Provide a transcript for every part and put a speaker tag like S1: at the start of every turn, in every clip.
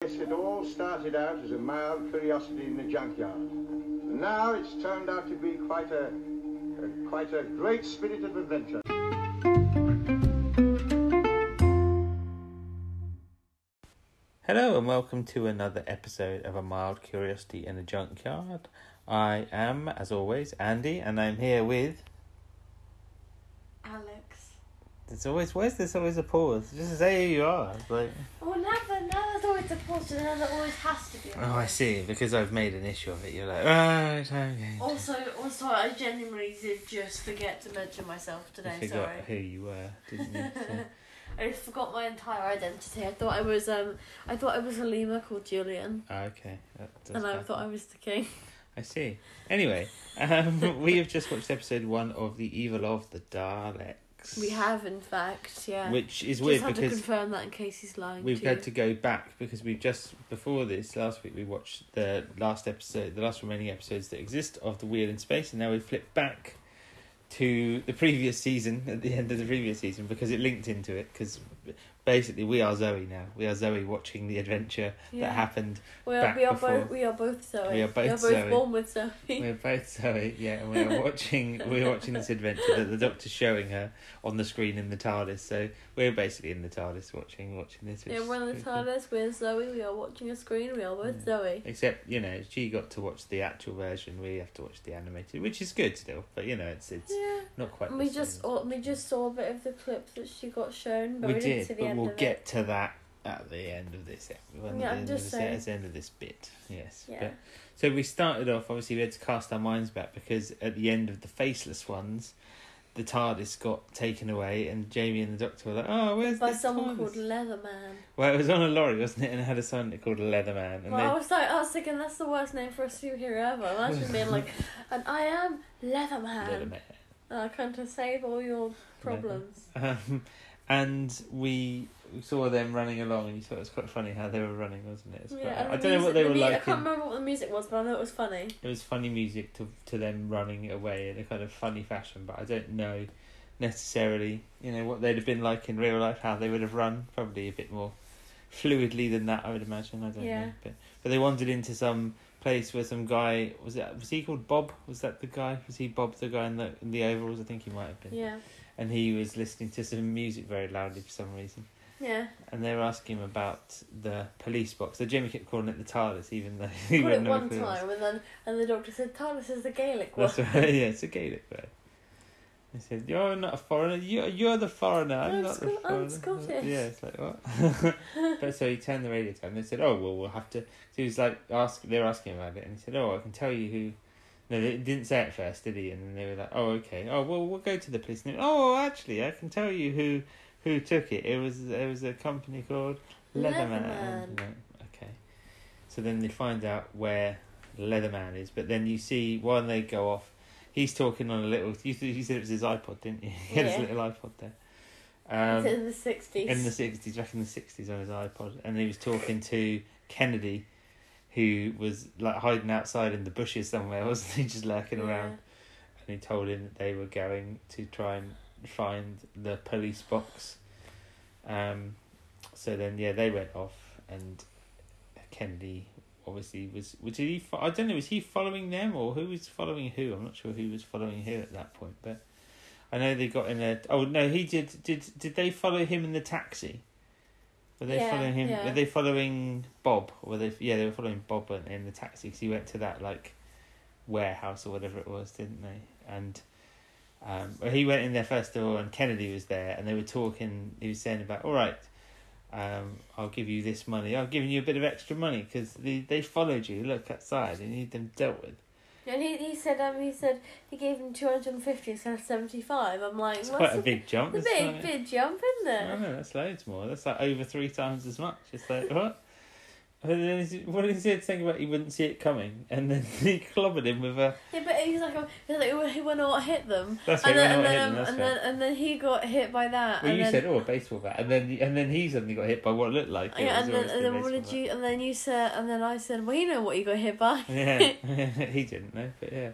S1: it all started out as a mild curiosity in the junkyard. And now it's turned out to be quite a, a quite a great spirit of adventure.
S2: Hello and welcome to another episode of A Mild Curiosity in a Junkyard. I am, as always, Andy, and I'm here with.
S3: Alex.
S2: There's always where's there's always a pause. Just say who you are. It's like
S3: Well, Oh, never. Now there's always a pause, and then there always has to be. a
S2: oh, I
S3: pause.
S2: see because I've made an issue of it. You're like right, okay.
S3: Also, also, I genuinely did just forget to mention myself
S2: you
S3: today.
S2: forgot
S3: Sorry.
S2: who you were, didn't you? So-
S3: I forgot my entire identity. I thought I was um, I thought I was a lemur called Julian,
S2: Ah, okay. That does
S3: and I
S2: happen.
S3: thought I was the king.
S2: I see. Anyway, um, we have just watched episode one of The Evil of the Daleks.
S3: We have, in fact, yeah.
S2: Which is
S3: just
S2: weird
S3: had to
S2: because
S3: confirm that in case he's lying.
S2: We've
S3: to
S2: had
S3: you.
S2: to go back because we've just before this last week we watched the last episode, the last remaining episodes that exist of the Wheel in Space, and now we flip back to the previous season at the end of the previous season because it linked into it. Because basically, we are Zoe now. We are Zoe watching the adventure
S3: Yeah.
S2: that happened.
S3: We are,
S2: back
S3: we are
S2: before.
S3: both. We are both Zoe.
S2: We are both Zoe.
S3: born with Zoe.
S2: We're both Zoe, yeah. And we're watching. We're watching this adventure that the Doctor's showing her on the screen in the TARDIS. So we're basically in the TARDIS watching watching this. which
S3: yeah,
S2: is
S3: we're in the
S2: pretty cool.
S3: TARDIS. We're Zoe. We are watching a screen. We are both
S2: Yeah.
S3: Zoe.
S2: Except you know, she got to watch the actual version. We have to watch the animated, which is good still. But you know, it's it's
S3: Yeah.
S2: not quite.
S3: We
S2: the same.
S3: just all, we just saw a bit of the clip that she got shown, but
S2: we
S3: we, didn't see
S2: did,
S3: the
S2: but
S3: end
S2: we'll
S3: of
S2: get to that at the end of this. ep- when-
S3: Yeah,
S2: at
S3: I'm
S2: the end
S3: just
S2: of this, at
S3: saying.
S2: the end of this bit. Yes.
S3: it. Yeah.
S2: But, so we started off. Obviously, we had to cast our minds back because at the end of the faceless ones. The TARDIS got taken away, and Jamie and the Doctor were like, "Oh, where's
S3: By
S2: the TARDIS?"
S3: someone called Leatherman.
S2: Well, it was on a lorry, wasn't it? And it had a sign that called Leatherman, and
S3: Well, I was like, I was thinking that's the worst name for a superhero ever. Imagine being like, and I am
S2: they
S3: Leatherman.
S2: Leatherman.
S3: And I come to save all your problems.
S2: Um, and we saw them running along, and you thought it was quite funny how they were running, wasn't it? It's quite-
S3: Yeah, and
S2: I
S3: the
S2: don't know what
S3: music-
S2: they
S3: the
S2: were
S3: mu- I
S2: like.
S3: can't
S2: In,
S3: remember what the music was, but I know it was funny.
S2: it was funny music to to them running away in a kind of funny fashion, but I don't know necessarily, you know, what they'd have been like in real life, how they would have run, probably a bit more fluidly than that, I would imagine. I don't
S3: Yeah.
S2: know, but but they wandered into some place where some guy was that was he called Bob? Was that the guy? Was he Bob the guy in the in the overalls? I think he might have been.
S3: Yeah,
S2: And he was listening to some music very loudly for some reason.
S3: yeah.
S2: And they were asking him about the police box. So Jimmy kept calling it the TARDIS, even though he
S3: Called
S2: wouldn't
S3: it
S2: know
S3: one
S2: what it was.
S3: time, and then and the doctor said, "TARDIS is the Gaelic one."
S2: That's right. Yeah, it's a Gaelic word. He said, "You're not a foreigner. You're you're the foreigner. I'm,
S3: I'm
S2: not the
S3: Sco-
S2: foreigner."
S3: I'm Scottish.
S2: Yeah, it's like what? but so he turned the radio down. They said, "Oh well, we'll have to." So he was like, "Ask." They were asking him about it, and he said, "Oh, I can tell you who." No, they didn't say it first, did he? And then they were like, "Oh, okay. Oh, well, we'll go to the police." And they, oh, actually, I can tell you who who took it. It was it was a company called Leatherman.
S3: Leatherman.
S2: Okay. So then they find out where Leatherman is, but then you see when they go off, he's talking on a little. You, th- you said it was his iPod, didn't you? He had
S3: Yeah.
S2: his little iPod there. Um,
S3: in the sixties.
S2: in the sixties, back in the sixties, on his iPod, and he was talking to Kennedy, who was like hiding outside in the bushes somewhere, wasn't he? Just lurking around, and he told him that they were going to try and find the police box. Um, so then, yeah, they went off, and Kennedy obviously was. Was he? Fo- I don't know. Was he following them, or who was following who? I'm not sure who was following who at that point, but. I know they got in a. Oh no, he did. Did did they follow him in the taxi? Were they
S3: Yeah,
S2: following him?
S3: yeah.
S2: Were they following Bob? Or were they? Yeah, they were following Bob in- in the taxi because he went to that like warehouse or whatever it was, didn't they? And um, well, he went in there first of all, and Kennedy was there, and they were talking. He was saying about, all right, um, I'll give you this money. I've given you a bit of extra money because they they followed you. Look outside, and you need them dealt with.
S3: And he, he said um he said he gave him two hundred and fifty instead of seventy five. I'm like,
S2: It's
S3: what's
S2: quite a
S3: the-
S2: big jump.
S3: the
S2: It's
S3: big
S2: like-
S3: big jump in
S2: I
S3: there?
S2: know that's loads more. That's like over three times as much. It's like what? And then he- what did he say? Think about he wouldn't see it coming, and then he clobbered him with a.
S3: Yeah, but he's like, um, he's like well, he went all hit them,
S2: That's right.
S3: and then
S2: we're
S3: and
S2: not
S3: then,
S2: hitting.
S3: um,
S2: That's
S3: and
S2: right.
S3: then and then he got hit by that.
S2: Well,
S3: and
S2: you
S3: then,
S2: said oh a baseball bat, and then and then he suddenly got hit by what looked like. it
S3: yeah,
S2: was
S3: and then
S2: obviously
S3: and
S2: a
S3: then what
S2: baseball
S3: did you? And then you said, and then I said, well, you know what you got hit by.
S2: bat. Yeah, he didn't know, but yeah.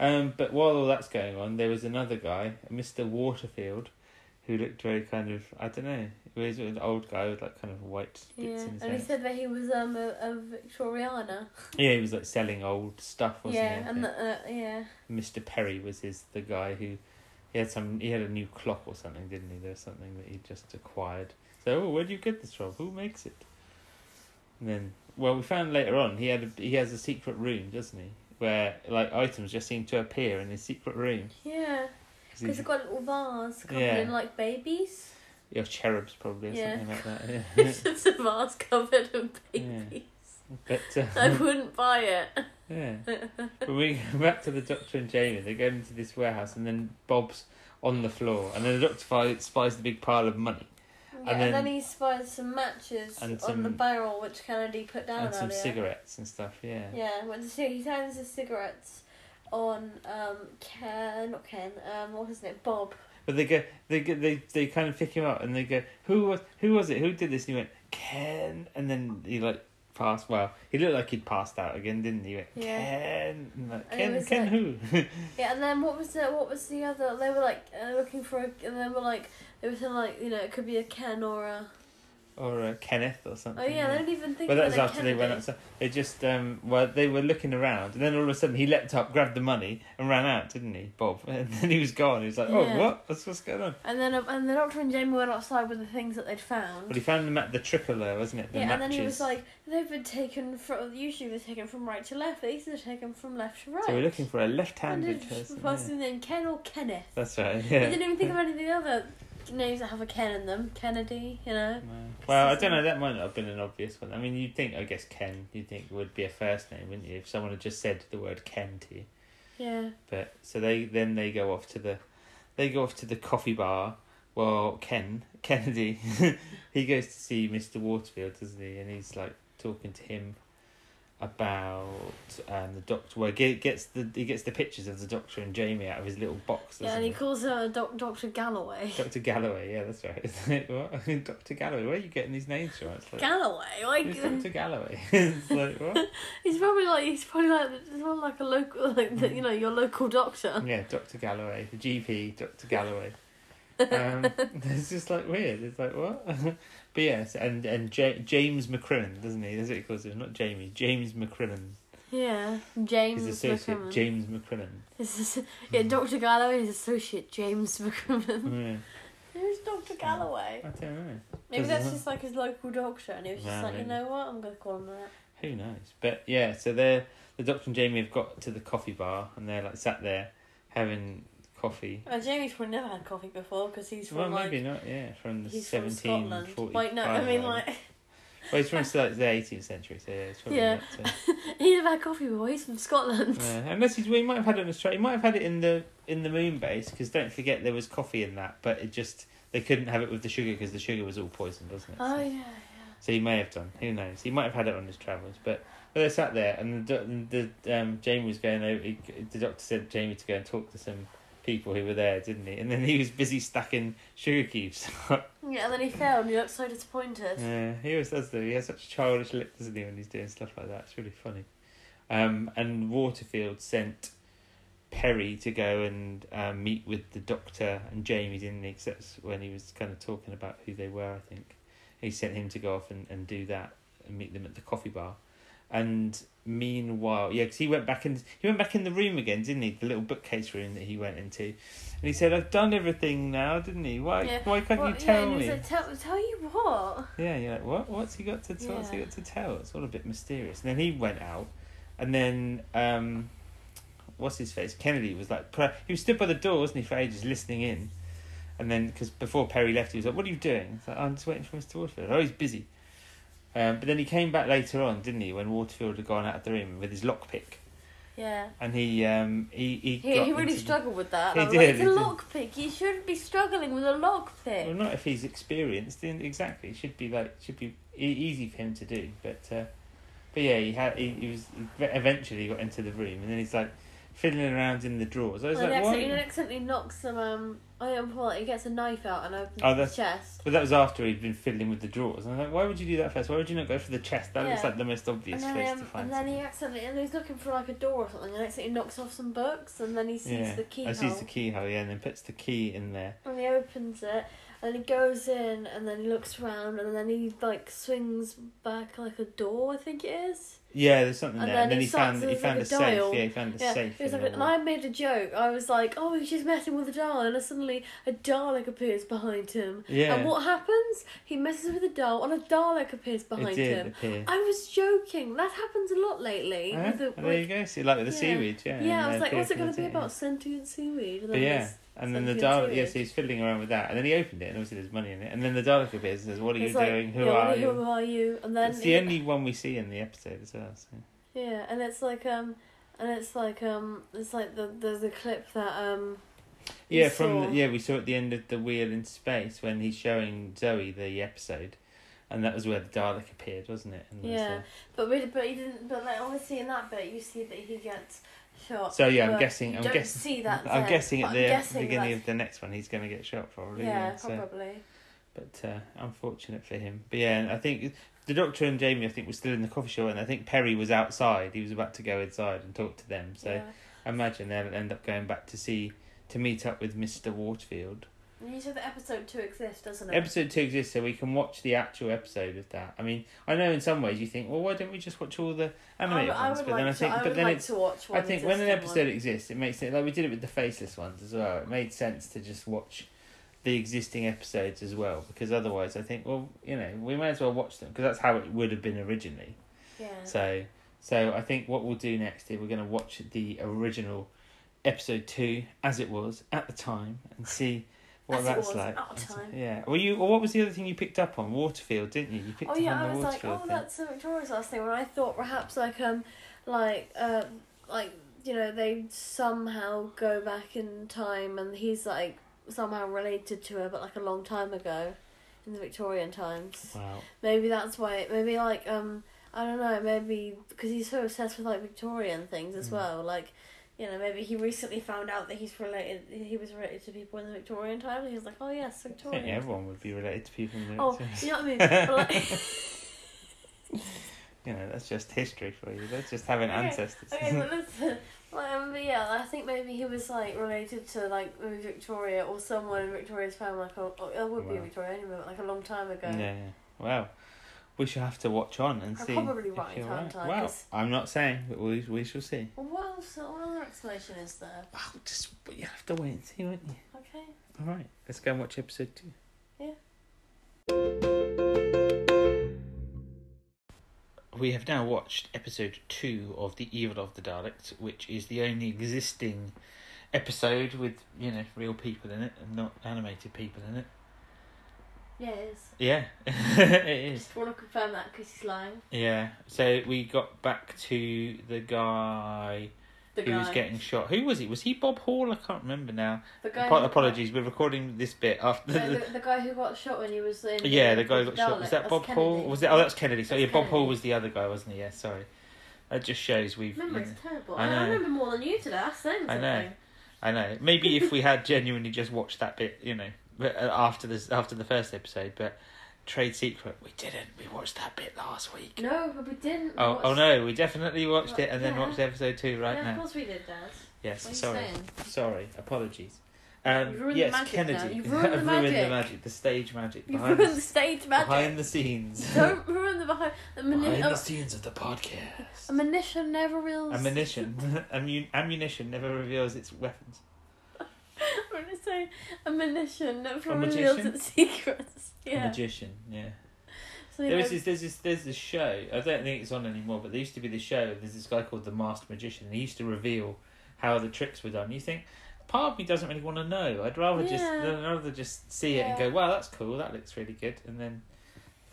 S2: Um, but while all that's going on, there was another guy, Mister Waterfield, who looked very kind of I don't know. He was an old guy with like kind of white bits
S3: Yeah,
S2: in his
S3: and he
S2: hair.
S3: said that he was um a, a Victoriana.
S2: Yeah, he was like selling old stuff, wasn't he?
S3: Yeah,
S2: I
S3: and
S2: think?
S3: the, uh, yeah,
S2: Mr. Perry was his the guy who he had some he had a new clock or something, didn't he? There was something that he just acquired. So, oh, where do you get this from? Who makes it? And then, well, we found later on he had a, he has a secret room, doesn't he? Where like items just seem to appear in his secret room.
S3: yeah,
S2: 'Cause
S3: because
S2: he's-
S3: it got little vase covered
S2: Yeah.
S3: in like babies.
S2: yeah, cherubs probably or
S3: Yeah.
S2: something like that. Yeah.
S3: it's just a vase covered in
S2: Yeah.
S3: babies.
S2: but
S3: I
S2: uh,
S3: wouldn't buy it.
S2: yeah, but we go back to the doctor and Jamie. They go into this warehouse, and then Bob's on the floor, and then the doctor fi- spies the big pile of money.
S3: Yeah, and, then,
S2: then-
S3: he spies some matches
S2: and
S3: on the
S2: some-
S3: barrel which Kennedy put down
S2: and some
S3: earlier.
S2: cigarettes and stuff. Yeah.
S3: Yeah, when the, he turns the cigarettes on um Ken, not Ken, um what was it, Bob.
S2: But they go, they go, they they kind of pick him up and they go, who was who was it? Who did this? And he went Ken, and then he like passed. Well, he looked like he'd passed out again, didn't he? he went
S3: Yeah.
S2: Ken, and like,
S3: And it
S2: Ken,
S3: was
S2: Ken,
S3: like-
S2: who?
S3: Yeah, and then what was the what was the other? They were like uh, looking for, a, and they were like they were saying like you know it could be a Ken or a.
S2: or uh, Kenneth or something.
S3: Oh yeah, they don't even think.
S2: But that
S3: about
S2: was
S3: a
S2: after they went
S3: Kennedy.
S2: outside. They just um, well, they were looking around, and then all of a sudden he leapt up, grabbed the money, and ran out, didn't he, Bob? And then he was gone. He was like,
S3: Yeah.
S2: "Oh, what? What's what's going on?"
S3: And then um, and the doctor and Jamie went outside with the things that they'd found.
S2: But he found the ma- the trickler, wasn't it? The
S3: yeah,
S2: matches.
S3: and then he was like, they've been taken from. Usually they're taken from right to left. These are taken from left to right.
S2: So we're looking for a
S3: And
S2: left-handed
S3: it
S2: person.
S3: just
S2: yeah.
S3: passed in then Ken or Kenneth.
S2: That's right.
S3: They
S2: Yeah.
S3: didn't even think of any of the other names that have a Ken in them. Kennedy, you know.
S2: No. Well, I don't know. That might not have been an obvious one. I mean, you'd think, I guess, Ken. You'd think would be a first name, wouldn't you? If someone had just said the word Ken to you.
S3: Yeah.
S2: But so they then they go off to the, they go off to the coffee bar. Well, Ken Kennedy, he goes to see Mr. Waterfield, doesn't he? And he's like talking to him about um, the doctor. Well, he gets the he gets the pictures of the doctor and Jamie out of his little box.
S3: Yeah,
S2: doesn't
S3: and he
S2: he?
S3: calls her doc- Dr. Galloway.
S2: Dr. Galloway, yeah, that's right. It's like, what? Dr. Galloway, where are you getting these names from? It's like,
S3: Galloway,
S2: who's
S3: like
S2: Dr. Galloway? it's like, what?
S3: he's probably like he's probably like it's not like a local like the, you know your local doctor.
S2: Yeah, Dr. Galloway, the GP, Dr. Galloway. Um, it's just like weird. It's like, what? but yes, and, and J- James McCrimmon, doesn't he? That's what he calls him. Not Jamie, James McCrimmon.
S3: Yeah,
S2: His
S3: James
S2: associate,
S3: McCrimmon.
S2: James Mm-hmm. McCrimmon.
S3: This is yeah, Dr. Galloway and his associate James McCrimmon.
S2: Yeah,
S3: Who's Dr. Galloway?
S2: I don't know.
S3: Maybe
S2: Doesn't
S3: that's
S2: it?
S3: just like his local doctor, and he was just
S2: Yeah,
S3: like, you
S2: maybe.
S3: know what, I'm gonna call him that.
S2: Who knows? But yeah, so they're the doctor and Jamie have got to the coffee bar and they're like sat there having coffee.
S3: And Jamie's probably never had coffee before because he's
S2: well,
S3: from like
S2: maybe not. Yeah, from the
S3: he's from
S2: seventeen
S3: Scotland.
S2: forty.
S3: Like no, I mean like
S2: Well, he's from like the eighteenth century, so yeah, it's probably
S3: Yeah.
S2: not. uh,
S3: he's never had coffee before. He's from Scotland.
S2: yeah. Unless he's, well, he might have had it in Australia. He might have had it in the in the moon base because don't forget there was coffee in that, but it just they couldn't have it with the sugar because the sugar was all poisoned, wasn't it?
S3: Oh
S2: so,
S3: yeah, yeah.
S2: so he may have done. Who knows? He might have had it on his travels, but. But they sat there, and the, doc- the um, Jamie was going over. He, the doctor said Jamie to go and talk to some people who were there, didn't he? And then he was busy stacking sugar cubes up
S3: Yeah, and then he failed. and He looked so disappointed.
S2: Yeah, he always does though. He has such childish lip, doesn't he, when he's doing stuff like that? It's really funny. Um, and Waterfield sent Perry to go and um, meet with the doctor and Jamie, didn't he? Except when he was kind of talking about who they were, I think. He sent him to go off and, and do that and meet them at the coffee bar. And meanwhile, yeah, because he went back in. He went back in the room again, didn't he? The little bookcase room that he went into, and he said, "I've done everything now, didn't he? Why?
S3: Yeah.
S2: Why can't
S3: Well,
S2: you tell
S3: yeah, and
S2: me?"
S3: he said, tell, tell you what?
S2: Yeah, you're like, what? What's he got to? T- What's he
S3: Yeah.
S2: got to tell? It's all a bit mysterious. And then he went out, and then um, what's his face? Kennedy was like, pre- he was stood by the door, wasn't he, for ages, listening in. And then, because before Perry left, he was like, "What are you doing?" It's like, "I'm just waiting for Mr. Waterfield." Oh, he's busy. Um, but then he came back later on, didn't he? When Waterfield had gone out of the room with his lockpick,
S3: Yeah.
S2: and he um, he he,
S3: He,
S2: got
S3: he really
S2: into the-
S3: struggled with that.
S2: He
S3: and I was
S2: did,
S3: Like,
S2: he
S3: it's
S2: did.
S3: a lockpick. You shouldn't be struggling with a lockpick.
S2: Well, not if he's experienced. in- Exactly, it should be like should be e- easy for him to do. But uh, but yeah, he had he, he was he eventually got into the room, and then he's like fiddling around in the drawers. I was
S3: and
S2: like,
S3: accidentally,
S2: why?
S3: accidentally knocks some um Oh yeah, well, he gets a knife out and opens
S2: Oh, that's-
S3: his chest.
S2: But that was after he'd been fiddling with the drawers. And I'm like, why would you do that first? Why would you not go for the chest? That looks
S3: Yeah.
S2: like the most obvious
S3: And then,
S2: place
S3: um,
S2: to
S3: and
S2: find.
S3: then he accidentally, and he's looking for like a door or something, and accidentally knocks off some books, and then he sees
S2: something. yeah.
S3: the keyhole,
S2: I sees the keyhole, yeah, and then puts the key in there.
S3: and he opens it, and he goes in, and then he looks around, and then he like swings back like a door, I think it is.
S2: Yeah, there's something
S3: And
S2: there. And then
S3: then he
S2: he found
S3: starts-
S2: he
S3: there's
S2: found a,
S3: like a
S2: safe.
S3: dial.
S2: Yeah, he found a
S3: yeah,
S2: safe.
S3: it was
S2: in
S3: like,
S2: the
S3: and
S2: wall.
S3: I made a joke. I was like, "Oh, he's just messing with the doll," and then suddenly a Dalek appears behind him.
S2: yeah,
S3: And what happens? He messes with a doll, and a Dalek appears
S2: it
S3: behind
S2: did
S3: him.
S2: appear.
S3: I was joking. That happens a lot lately.
S2: Huh?
S3: with the-
S2: Well, Uh-huh. there you go. See, like with the
S3: yeah.
S2: seaweed, yeah.
S3: yeah,
S2: and
S3: I was
S2: they
S3: like,
S2: appear
S3: what's it
S2: from
S3: going
S2: the
S3: to be
S2: sea, yeah.
S3: about sentient seaweed? And
S2: But
S3: then
S2: yeah,
S3: there's-
S2: and then the
S3: something
S2: Dalek,
S3: to
S2: yeah,
S3: it.
S2: so he's fiddling around with that, and then he opened it, and obviously there's money in it, and then the Dalek appears and says, "What are you
S3: it's like,
S2: doing? Who
S3: yeah,
S2: are you?"
S3: Who are you? And then
S2: it's
S3: he-
S2: the only one we see in the episode as well. So.
S3: yeah, and it's like um, and it's like um, it's like the there's a clip that um, You
S2: Yeah, from
S3: saw.
S2: the, yeah, we saw at the end of the Wheel in Space when he's showing Zoe the episode, and that was where the Dalek appeared, wasn't it? And there's
S3: Yeah. but we but you didn't but like obviously in that bit you see that he gets
S2: a-
S3: shot.
S2: so yeah,
S3: but
S2: I'm guessing.
S3: you
S2: I'm
S3: don't
S2: guessing.
S3: see that.
S2: I'm
S3: then,
S2: guessing
S3: but
S2: at
S3: I'm
S2: the
S3: guessing
S2: beginning
S3: that's-
S2: of the next one, he's going to get shot probably.
S3: Yeah,
S2: so-
S3: probably.
S2: But uh, unfortunate for him. But yeah, and I think the Doctor and Jamie, I think, were still in the coffee shop, and I think Perry was outside. He was about to go inside and talk to them. So
S3: yeah.
S2: I imagine they'll end up going back to see to meet up with Mister Waterfield.
S3: And you said that episode two exists, doesn't it?
S2: Episode two exists so we can watch the actual episode of that. I mean, I know in some ways you think, well, why don't we just watch all the animated
S3: I,
S2: ones?
S3: would
S2: But
S3: like
S2: then I
S3: to-
S2: think,
S3: I
S2: but
S3: would
S2: then
S3: like
S2: it's,
S3: to watch one
S2: I think when an
S3: existing
S2: episode
S3: one.
S2: exists, it makes it like we did it with the faceless ones as well. It made sense to just watch the existing episodes as well because otherwise, I think, well, you know, we may as well watch them because that's how it would have been originally.
S3: yeah.
S2: So, so I think what we'll do next is we're going to watch the original episode two as it was at the time and see what
S3: As it
S2: that's
S3: was
S2: like.
S3: at the time.
S2: Yeah. Well, you. Or what was the other thing you picked up on? Waterfield, didn't you? You picked
S3: Oh
S2: up
S3: yeah,
S2: on
S3: I
S2: the
S3: was like,
S2: Waterfield
S3: oh,
S2: thing.
S3: that's uh, Victoria's last thing. When I thought perhaps like um, like uh, like you know they somehow go back in time and he's like somehow related to her, but like a long time ago, in the Victorian times.
S2: Wow.
S3: Maybe that's why. Maybe like um, I don't know. Maybe because he's so obsessed with like Victorian things as
S2: Mm.
S3: well. Like, you know, maybe he recently found out that he's related. He was related to people in the Victorian times. and He was like, oh yes,
S2: I
S3: Victorian.
S2: think everyone would be related to people in the
S3: Oh,
S2: Victorian-
S3: you know what I mean? But, like-
S2: You know, that's just history for you. That's just having
S3: Okay,
S2: ancestors.
S3: Okay, but listen, like, um, but yeah, I think maybe he was like related to like maybe Victoria or someone in Victoria's family, like a, or it would be
S2: Wow.
S3: Victoria anyway, but like a long time ago.
S2: yeah, yeah. Well, we shall have to watch on and
S3: I'm
S2: see.
S3: probably
S2: if
S3: right,
S2: you're
S3: aren't I?
S2: Well,
S3: 'Cause-
S2: I'm not saying, but we, we shall see.
S3: Well, what else? What other explanation is there?
S2: Well, just but you have to wait and see, won't you?
S3: Okay.
S2: All right, let's go and watch episode two.
S3: Yeah.
S2: We have now watched episode two of The Evil of the Daleks, which is the only existing episode with, you know, real people in it and not animated people in it.
S3: Yeah, it is.
S2: Yeah, it is.
S3: Just want to confirm that because he's lying.
S2: Yeah, so we got back to the guy
S3: The
S2: who
S3: guy.
S2: was getting shot. Who was he? Was he Bob Hall? I can't remember now.
S3: the guy.
S2: Apo-
S3: who-
S2: apologies, we're recording this bit after
S3: No, the, the guy who got shot when he was in.
S2: Yeah, the guy who
S3: with
S2: got shot.
S3: Dalek,
S2: Was that
S3: that's
S2: Bob Hall?
S3: Kennedy.
S2: Was that? Oh, that's Kennedy. So
S3: That's
S2: yeah, Bob Hall
S3: Kennedy.
S2: was the other guy, wasn't he? Yeah, sorry. That just shows we've.
S3: Remember, it's terrible.
S2: I
S3: I,
S2: know.
S3: remember more than you did. I saying
S2: I know.
S3: something.
S2: I know. Maybe if we had genuinely just watched that bit, you know, but, uh, after this, after the first episode, but trade secret, we didn't. We watched that bit last week.
S3: No, but we didn't.
S2: Oh,
S3: watch-
S2: oh no, we definitely watched it and then
S3: Yeah.
S2: watched episode two right
S3: yeah, Of
S2: now.
S3: course we did, Dad.
S2: Yes,
S3: What are you
S2: sorry,
S3: saying?
S2: sorry, apologies. Um,
S3: You've ruined the
S2: yes,
S3: magic now.
S2: Kennedy.
S3: You've ruined the
S2: I've ruined
S3: magic.
S2: the magic, the stage magic
S3: You've
S2: behind,
S3: ruined the
S2: the,
S3: stage magic.
S2: behind the scenes.
S3: Don't ruin the behind. The mani-
S2: behind
S3: a,
S2: the scenes of the podcast.
S3: a munition never reels.
S2: Ammunition. Ammun- ammunition never reveals its weapons.
S3: I'm gonna say a munition never
S2: A
S3: reveals
S2: magician?
S3: its secrets.
S2: A
S3: Yeah.
S2: magician, yeah.
S3: So you
S2: There was
S3: know,
S2: this, there's this, there's this show. I don't think it's on anymore, but there used to be this show. There's this guy called the Master Magician. and He used to reveal how the tricks were done. You think part of me doesn't really want to know. I'd rather just,
S3: Yeah.
S2: I'd rather just see it and
S3: Yeah.
S2: go, wow, that's cool. That looks really good. And then,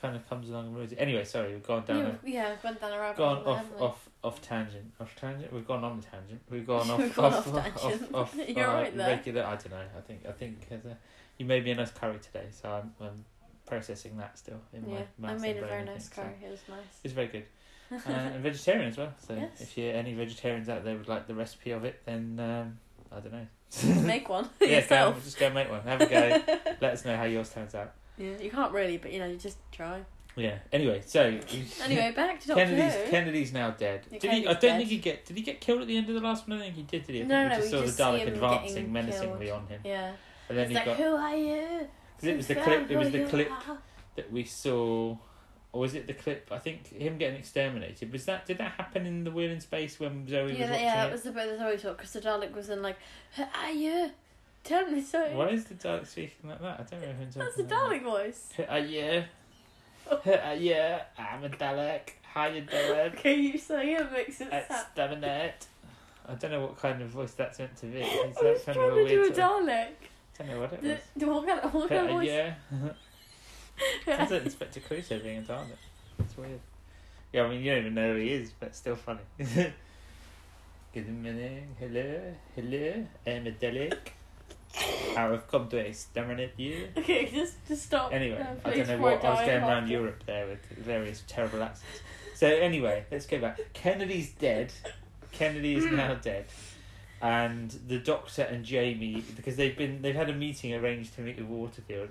S2: kind of comes along and ruins it. Anyway, sorry, we've gone down.
S3: you, yeah, went down a
S2: a-
S3: rabbit
S2: Gone
S3: hole,
S2: off,
S3: haven't we?
S2: off, off tangent, off tangent. We've gone on tangent. We've gone off,
S3: We've gone
S2: off,
S3: off tangent.
S2: off, off,
S3: You're
S2: uh,
S3: right there.
S2: Regular. I don't know. I think, I think uh, you made me a nice curry today, so I'm, I'm processing that still in
S3: Yeah,
S2: my
S3: I
S2: mouth.
S3: made
S2: and
S3: a
S2: brain,
S3: very
S2: I
S3: nice
S2: think, so.
S3: curry. It was nice.
S2: It's very good. Uh, and vegetarian as well. So
S3: Yes.
S2: if you're any vegetarians out there would like the recipe of it, then um, I don't know.
S3: Make one
S2: yeah, go,
S3: yourself.
S2: just go make one. Have a go. Let us know how yours turns out.
S3: yeah, you can't really, but you know, you just try.
S2: Yeah. Anyway, so
S3: Anyway, back to Doctor
S2: Kennedy's
S3: Who.
S2: Kennedy's now dead.
S3: Yeah,
S2: Did he? I
S3: Kennedy's
S2: don't
S3: dead.
S2: think he get. Did he get killed at the end of the last one? I think he did. Did he? I
S3: No,
S2: think
S3: no,
S2: we just
S3: we
S2: saw
S3: just
S2: the
S3: see
S2: Dalek
S3: him
S2: advancing
S3: getting
S2: menacingly
S3: killed.
S2: on him,
S3: Yeah.
S2: and then
S3: It's
S2: he
S3: like,
S2: got.
S3: who are you?
S2: 'cause it was the clip. It was the clip that we saw, or was it the clip? I think him getting exterminated. Was that? Did that happen in the Wheel in Space when Zoe was
S3: yeah, that,
S2: watching
S3: yeah,
S2: it?
S3: that was the bit that's always what Crystal Dalek was in, like, who are you? Tell me so.
S2: Why is the Dalek speaking like that? I don't know who
S3: That's the Dalek voice.
S2: Uh, yeah. Uh, yeah, I'm a Dalek. Hi, you Dalek.
S3: Okay, you say it makes it
S2: It's
S3: sound.
S2: Dabinet. I don't know what kind of voice that's meant to be.
S3: I
S2: It's
S3: was
S2: that kind
S3: trying
S2: of a
S3: to do a
S2: weird. sort of-
S3: Dalek.
S2: I don't know what it
S3: The,
S2: was.
S3: the what kind of, what kind of
S2: Uh,
S3: voice?
S2: yeah. That's it, Inspector Clouseau being a Dalek. It's weird. Yeah, I mean, you don't even know who he is, but it's still funny. Good morning. Hello. Hello. I'm a Dalek. I have come to exterminate you.
S3: Okay, just just stop.
S2: Anyway,
S3: No,
S2: I don't
S3: please,
S2: know
S3: before
S2: what I was
S3: die
S2: going around
S3: after.
S2: Europe there with various terrible accents. So anyway, let's go back. Kennedy's dead. Kennedy is
S3: Hmm.
S2: now dead, and the Doctor and Jamie because they've been they've had a meeting arranged to meet with Waterfield,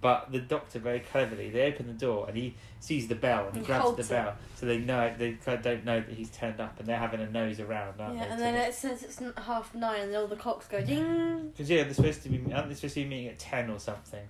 S2: but the Doctor very cleverly they open the door and he sees the bell and he
S3: He
S2: grabs the
S3: holds it.
S2: bell so they know they kind of don't know that he's turned up and they're having a nose around, aren't
S3: Yeah,
S2: they?
S3: and
S2: to
S3: then
S2: the-
S3: it says it's n- half nine, and all the clocks go ding.
S2: because yeah, they're supposed to be aren't they supposed to be meeting at ten or something?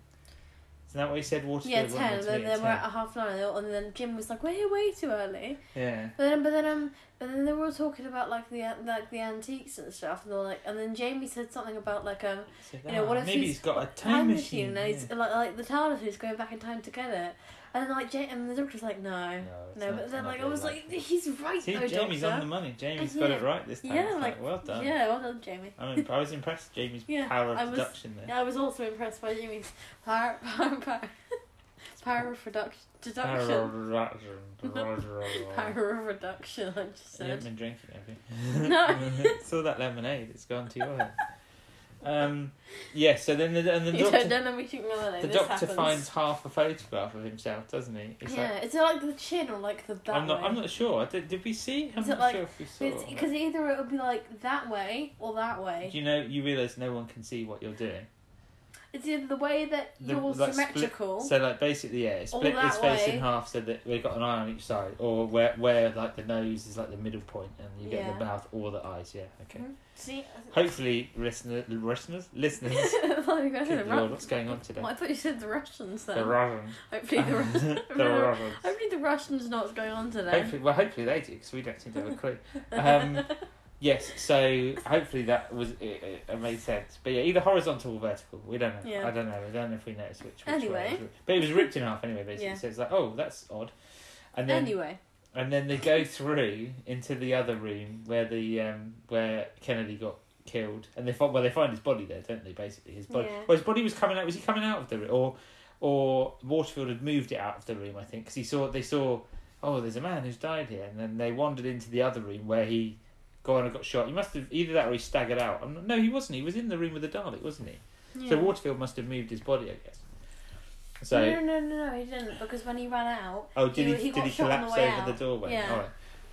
S2: Isn't that what he said? Waterfield.
S3: Yeah,
S2: wanted
S3: ten.
S2: to
S3: And then,
S2: meet at
S3: then we're at a half nine, and then Jim was like, "We're way too early."
S2: 10. Yeah.
S3: But then, but then, um, but then they were all talking about like the an- like the antiques and stuff, and all like, and then Jamie said something about like um,
S2: So
S3: you know,
S2: that-
S3: what if
S2: maybe
S3: he's
S2: he's got a time,
S3: time
S2: machine?
S3: machine, and he's like like the TARDIS is going back in time to get it, and then like Jam- and the Doctor's like, "No,
S2: it's
S3: no,"
S2: not-
S3: but
S2: it's
S3: then
S2: not
S3: like I
S2: very
S3: was
S2: likely.
S3: like, "He's right
S2: see,
S3: though,
S2: Jamie's
S3: Doctor."
S2: on the money. Jamie's
S3: Yeah.
S2: got it right this time.
S3: Yeah,
S2: It's like,
S3: like,
S2: well done. Oh,
S3: Yeah, well done, Jamie.
S2: I mean, I was impressed. Jamie's
S3: Yeah,
S2: power
S3: I
S2: of
S3: was-
S2: deduction there.
S3: Yeah, I was also impressed by Jamie's power, power, power, power of reduction, deduction,
S2: Power.
S3: power of reduction. I just
S2: You haven't
S3: said.
S2: been drinking, have you?
S3: No.
S2: Saw that lemonade. It's gone too well. Um, yeah. So then, the, and the
S3: You
S2: doctor,
S3: don't know me too well.
S2: the
S3: this
S2: doctor
S3: happens.
S2: finds half a photograph of himself, doesn't he? It's
S3: yeah,
S2: like,
S3: is it like the chin or like the that
S2: I'm not.
S3: way?
S2: I'm not sure. I Did, did we see? I'm
S3: Is it
S2: not
S3: like-
S2: sure if we saw. or not.
S3: Because either it would be like that way or that way.
S2: Do you know? You realise no one can see what you're doing.
S3: It's either the way that
S2: The-
S3: you're
S2: like split-
S3: symmetrical.
S2: So like basically, yeah, split
S3: Oh. that
S2: his face
S3: way.
S2: in half so that we've got an eye on each side, or where where like the nose is like the middle point, and you get
S3: Yeah.
S2: the mouth or the eyes. Yeah, okay.
S3: Mhm. See,
S2: Hopefully, listener, listeners, listeners.
S3: Like, I said
S2: Good
S3: the
S2: Lord,
S3: Ru-
S2: what's going on today?
S3: Well, I thought you said the Russians then.
S2: The Russians.
S3: hopefully, the Russians.
S2: the
S3: hopefully, the-
S2: Russians.
S3: hopefully the Russians know what's going on today.
S2: Hopefully, well, hopefully they do because we don't seem to have a clue. Um, yes, so hopefully that was it, it made sense. But yeah, either horizontal or vertical, we don't know.
S3: Yeah.
S2: I don't know. I don't know if we noticed which. which way
S3: Anyway.
S2: it was. but it was ripped in half anyway. Basically,
S3: Yeah.
S2: so it's like, oh, that's odd. And then
S3: anyway,
S2: and then they go through into the other room where the um where Kennedy got killed, and they find well they find his body there, don't they? Basically, his body.
S3: Yeah.
S2: Well, his body was coming out. Was he coming out of the room, or or Waterfield had moved it out of the room? I think because he saw they saw oh there's a man who's died here, and then they wandered into the other room where he got on and got shot. He must have either that or he staggered out. I'm not- no, he wasn't. He was in the room with the Dalek, wasn't he?
S3: yeah.
S2: So Waterfield must have moved his body, I guess. So
S3: no, no, no, no, he didn't because when he ran out,
S2: Oh, did
S3: He-
S2: he,
S3: he
S2: did
S3: got
S2: he
S3: shot on the
S2: collapse
S3: way
S2: over
S3: out.
S2: the doorway?
S3: Yeah.
S2: Alright.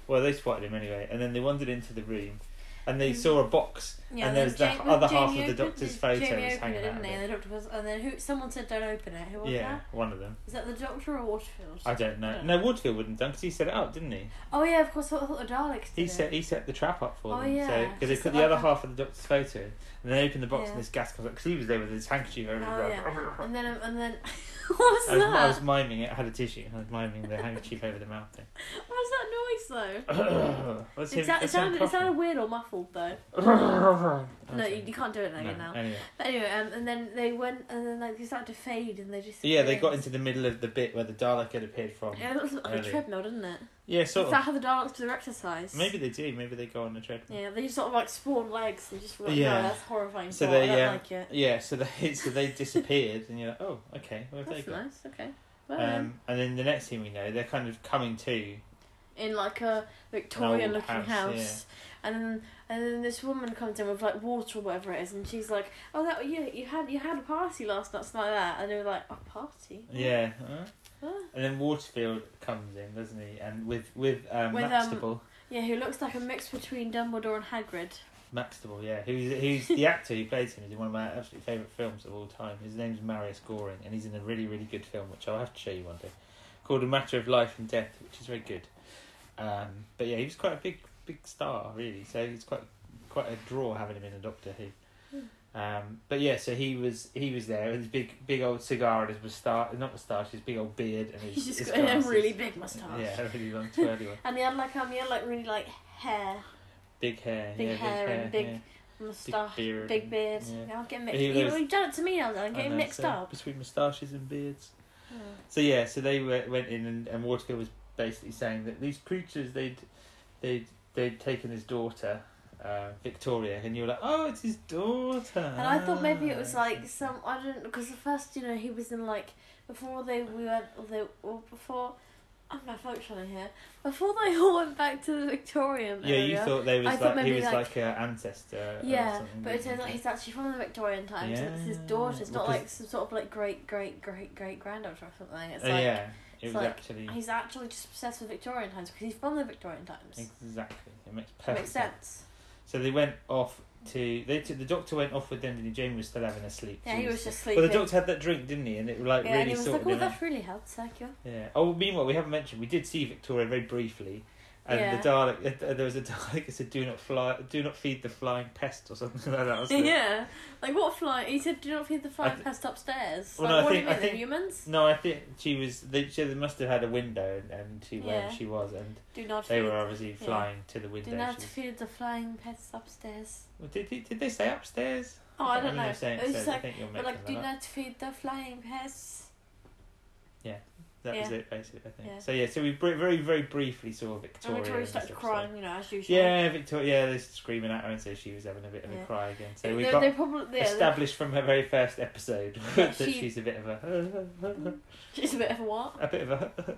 S2: Well, they spotted him anyway, and then they wandered into the room, and they
S3: Mm.
S2: saw a box,
S3: yeah,
S2: and
S3: then
S2: there's the
S3: Jamie-
S2: other half
S3: Jamie
S2: of the
S3: opened-
S2: doctor's
S3: Jamie
S2: photo was
S3: opened it,
S2: hanging out.
S3: didn't
S2: of
S3: he?
S2: it.
S3: And the doctor was, and then who? Someone said, "Don't open it." Who was
S2: Yeah, one of them.
S3: that? Is that the doctor or Waterfield?
S2: I don't know.
S3: Yeah.
S2: No, Waterfield wouldn't have done because he set it up, didn't he?
S3: oh yeah, of course. I thought the Daleks did
S2: He
S3: it.
S2: set he set the trap up for
S3: Oh,
S2: them.
S3: yeah.
S2: because they
S3: Just
S2: put the
S3: so like
S2: other
S3: a-
S2: half of the doctor's photo, in, and they opened the box,
S3: Yeah.
S2: and this gas comes up because he was there with his handkerchief over his
S3: Oh,
S2: mouth.
S3: yeah. and then and then what was
S2: I was, I was
S3: that?
S2: miming it. I had a tissue. I was miming the handkerchief over the mouth thing.
S3: What was that noise though?
S2: What's
S3: It,
S2: him-
S3: sound, it,
S2: that's him
S3: sounded, it
S2: coughing.
S3: sounded weird or muffled though. No,
S2: Okay.
S3: you, you can't do it like it now.
S2: Anyway.
S3: But anyway, um, and then they went, and then like they started to fade, and they just
S2: Yeah, they got into the middle of the bit where the Dalek had appeared from.
S3: Yeah, it looks like a
S2: earlier.
S3: treadmill, doesn't it?
S2: Yeah,
S3: Is
S2: sort
S3: that
S2: of.
S3: how the Daleks do their exercise?
S2: Maybe they do. Maybe they go on a treadmill.
S3: Yeah, they just sort of like spawn legs and just like,
S2: Yeah.
S3: no, that's horrifying.
S2: So
S3: So
S2: they,
S3: I don't
S2: yeah.
S3: like it.
S2: Yeah, so they so they disappeared, and you're like, oh, okay, where have they
S3: That's
S2: gone?
S3: nice. Okay. Well,
S2: Um, and then the next thing we know, they're kind of coming to.
S3: in like a Victorian looking house,
S2: house,
S3: and then and then this woman comes in with like water or whatever it is, and she's like, "Oh, that you you had you had a party last night, something like that," and they were like, "A party?"
S2: Yeah. huh?
S3: Oh.
S2: And then Waterfield comes in, doesn't he? And with with um,
S3: With, um,
S2: Maxtable.
S3: Yeah, who looks like a mix between Dumbledore and Hagrid.
S2: Maxtable, yeah. Who's who's the actor who plays him? Is in one of my absolute favourite films of all time. His name's Marius Goring, and he's in a really really good film which I'll have to show you one day, called A Matter of Life and Death, which is very good. Um, but yeah, he was quite a big big star really, so it's quite quite a draw having him in a Doctor Who.
S3: Hmm.
S2: Um, but yeah, so he was he was there with his big big old cigar and his moustache, not moustache, his big old beard and his.
S3: He's just
S2: his
S3: got a
S2: glasses.
S3: really big moustache.
S2: Yeah, a really long twirly one.
S3: And he had like um, he had like really like hair,
S2: Big hair,
S3: big
S2: yeah,
S3: hair
S2: big
S3: and
S2: hair,
S3: big
S2: yeah.
S3: moustache, big
S2: beard
S3: beard.
S2: and- yeah.
S3: Yeah, I'm getting
S2: But
S3: mixed.
S2: he
S3: You
S2: was-
S3: you've done it to me. now, I'm
S2: I
S3: getting
S2: know,
S3: mixed
S2: so
S3: up.
S2: between moustaches and beards. So yeah, so they were, went in, and, and Waterfield was basically saying that these creatures they'd they'd they'd taken his daughter, uh, Victoria, and you were like, oh, it's his daughter.
S3: And I thought maybe it
S2: Ah,
S3: was like some I don't because at first you know he was in like before they we went or they or before I'm not functioning here before they all went back to the Victorian
S2: Yeah,
S3: area.
S2: you thought they was
S3: I thought
S2: like he
S3: maybe
S2: was
S3: like-
S2: like, a ancestor. or
S3: Yeah,
S2: something,
S3: but it
S2: wasn't
S3: turns out
S2: he?
S3: he's actually from the Victorian times. and it's his
S2: Yeah.
S3: daughter. It's not
S2: Because-
S3: like some sort of like great great great great granddaughter or something. It's
S2: Uh,
S3: like
S2: yeah, it
S3: it's
S2: was
S3: like-
S2: actually
S3: he's actually just obsessed with Victorian times because he's from the Victorian times.
S2: exactly. It makes
S3: It
S2: perfect
S3: makes sense.
S2: So they went off to they took the doctor went off with them, and Jamie was still having a sleep.
S3: Yeah,
S2: She
S3: he was just
S2: Well,
S3: sleeping.
S2: the doctor had that drink, didn't he? And it like
S3: yeah,
S2: really
S3: and he was
S2: sorted
S3: like, "Oh,
S2: him out.
S3: that's really helped, Sergio."
S2: Yeah. Oh, meanwhile, we haven't mentioned we did see Victoria very briefly, and the Dalek. uh, There was a Dalek that said, "Do not fly, do not feed the flying pest" or something like that. wasn't it?
S3: Yeah, like what fly? He said, "Do not feed the flying
S2: th-
S3: pest upstairs."
S2: Well, no,
S3: like,
S2: I
S3: what
S2: think-
S3: do you
S2: I
S3: mean,
S2: think-
S3: the humans?
S2: No, I think she was. They, she, they must have had a window, and, and she where
S3: Yeah.
S2: she was, and
S3: Do not
S2: they
S3: feed.
S2: were obviously
S3: yeah.
S2: flying to the
S3: do
S2: window.
S3: not
S2: She was-
S3: feed the flying pests upstairs.
S2: Well, did, did, did they say upstairs?
S3: Oh, I don't
S2: remember
S3: know.
S2: them saying
S3: It was
S2: upstairs.
S3: just
S2: I
S3: like,
S2: think you're
S3: but
S2: making
S3: like, do
S2: that up.
S3: not feed the flying pests.
S2: That was
S3: yeah.
S2: it, basically. I think.
S3: Yeah.
S2: So yeah, so we br- very very briefly saw
S3: And
S2: Victoria.
S3: Victoria
S2: in this
S3: started
S2: episode.
S3: crying, you know, as usual.
S2: Yeah, Victoria. Yeah, they're screaming at her, and so she was having a bit of a
S3: Yeah.
S2: cry again. So
S3: they,
S2: we
S3: they,
S2: got
S3: they probably yeah, they-
S2: established from her very first episode that
S3: she-
S2: she's a bit of a
S3: She's a bit of a what?
S2: a bit of a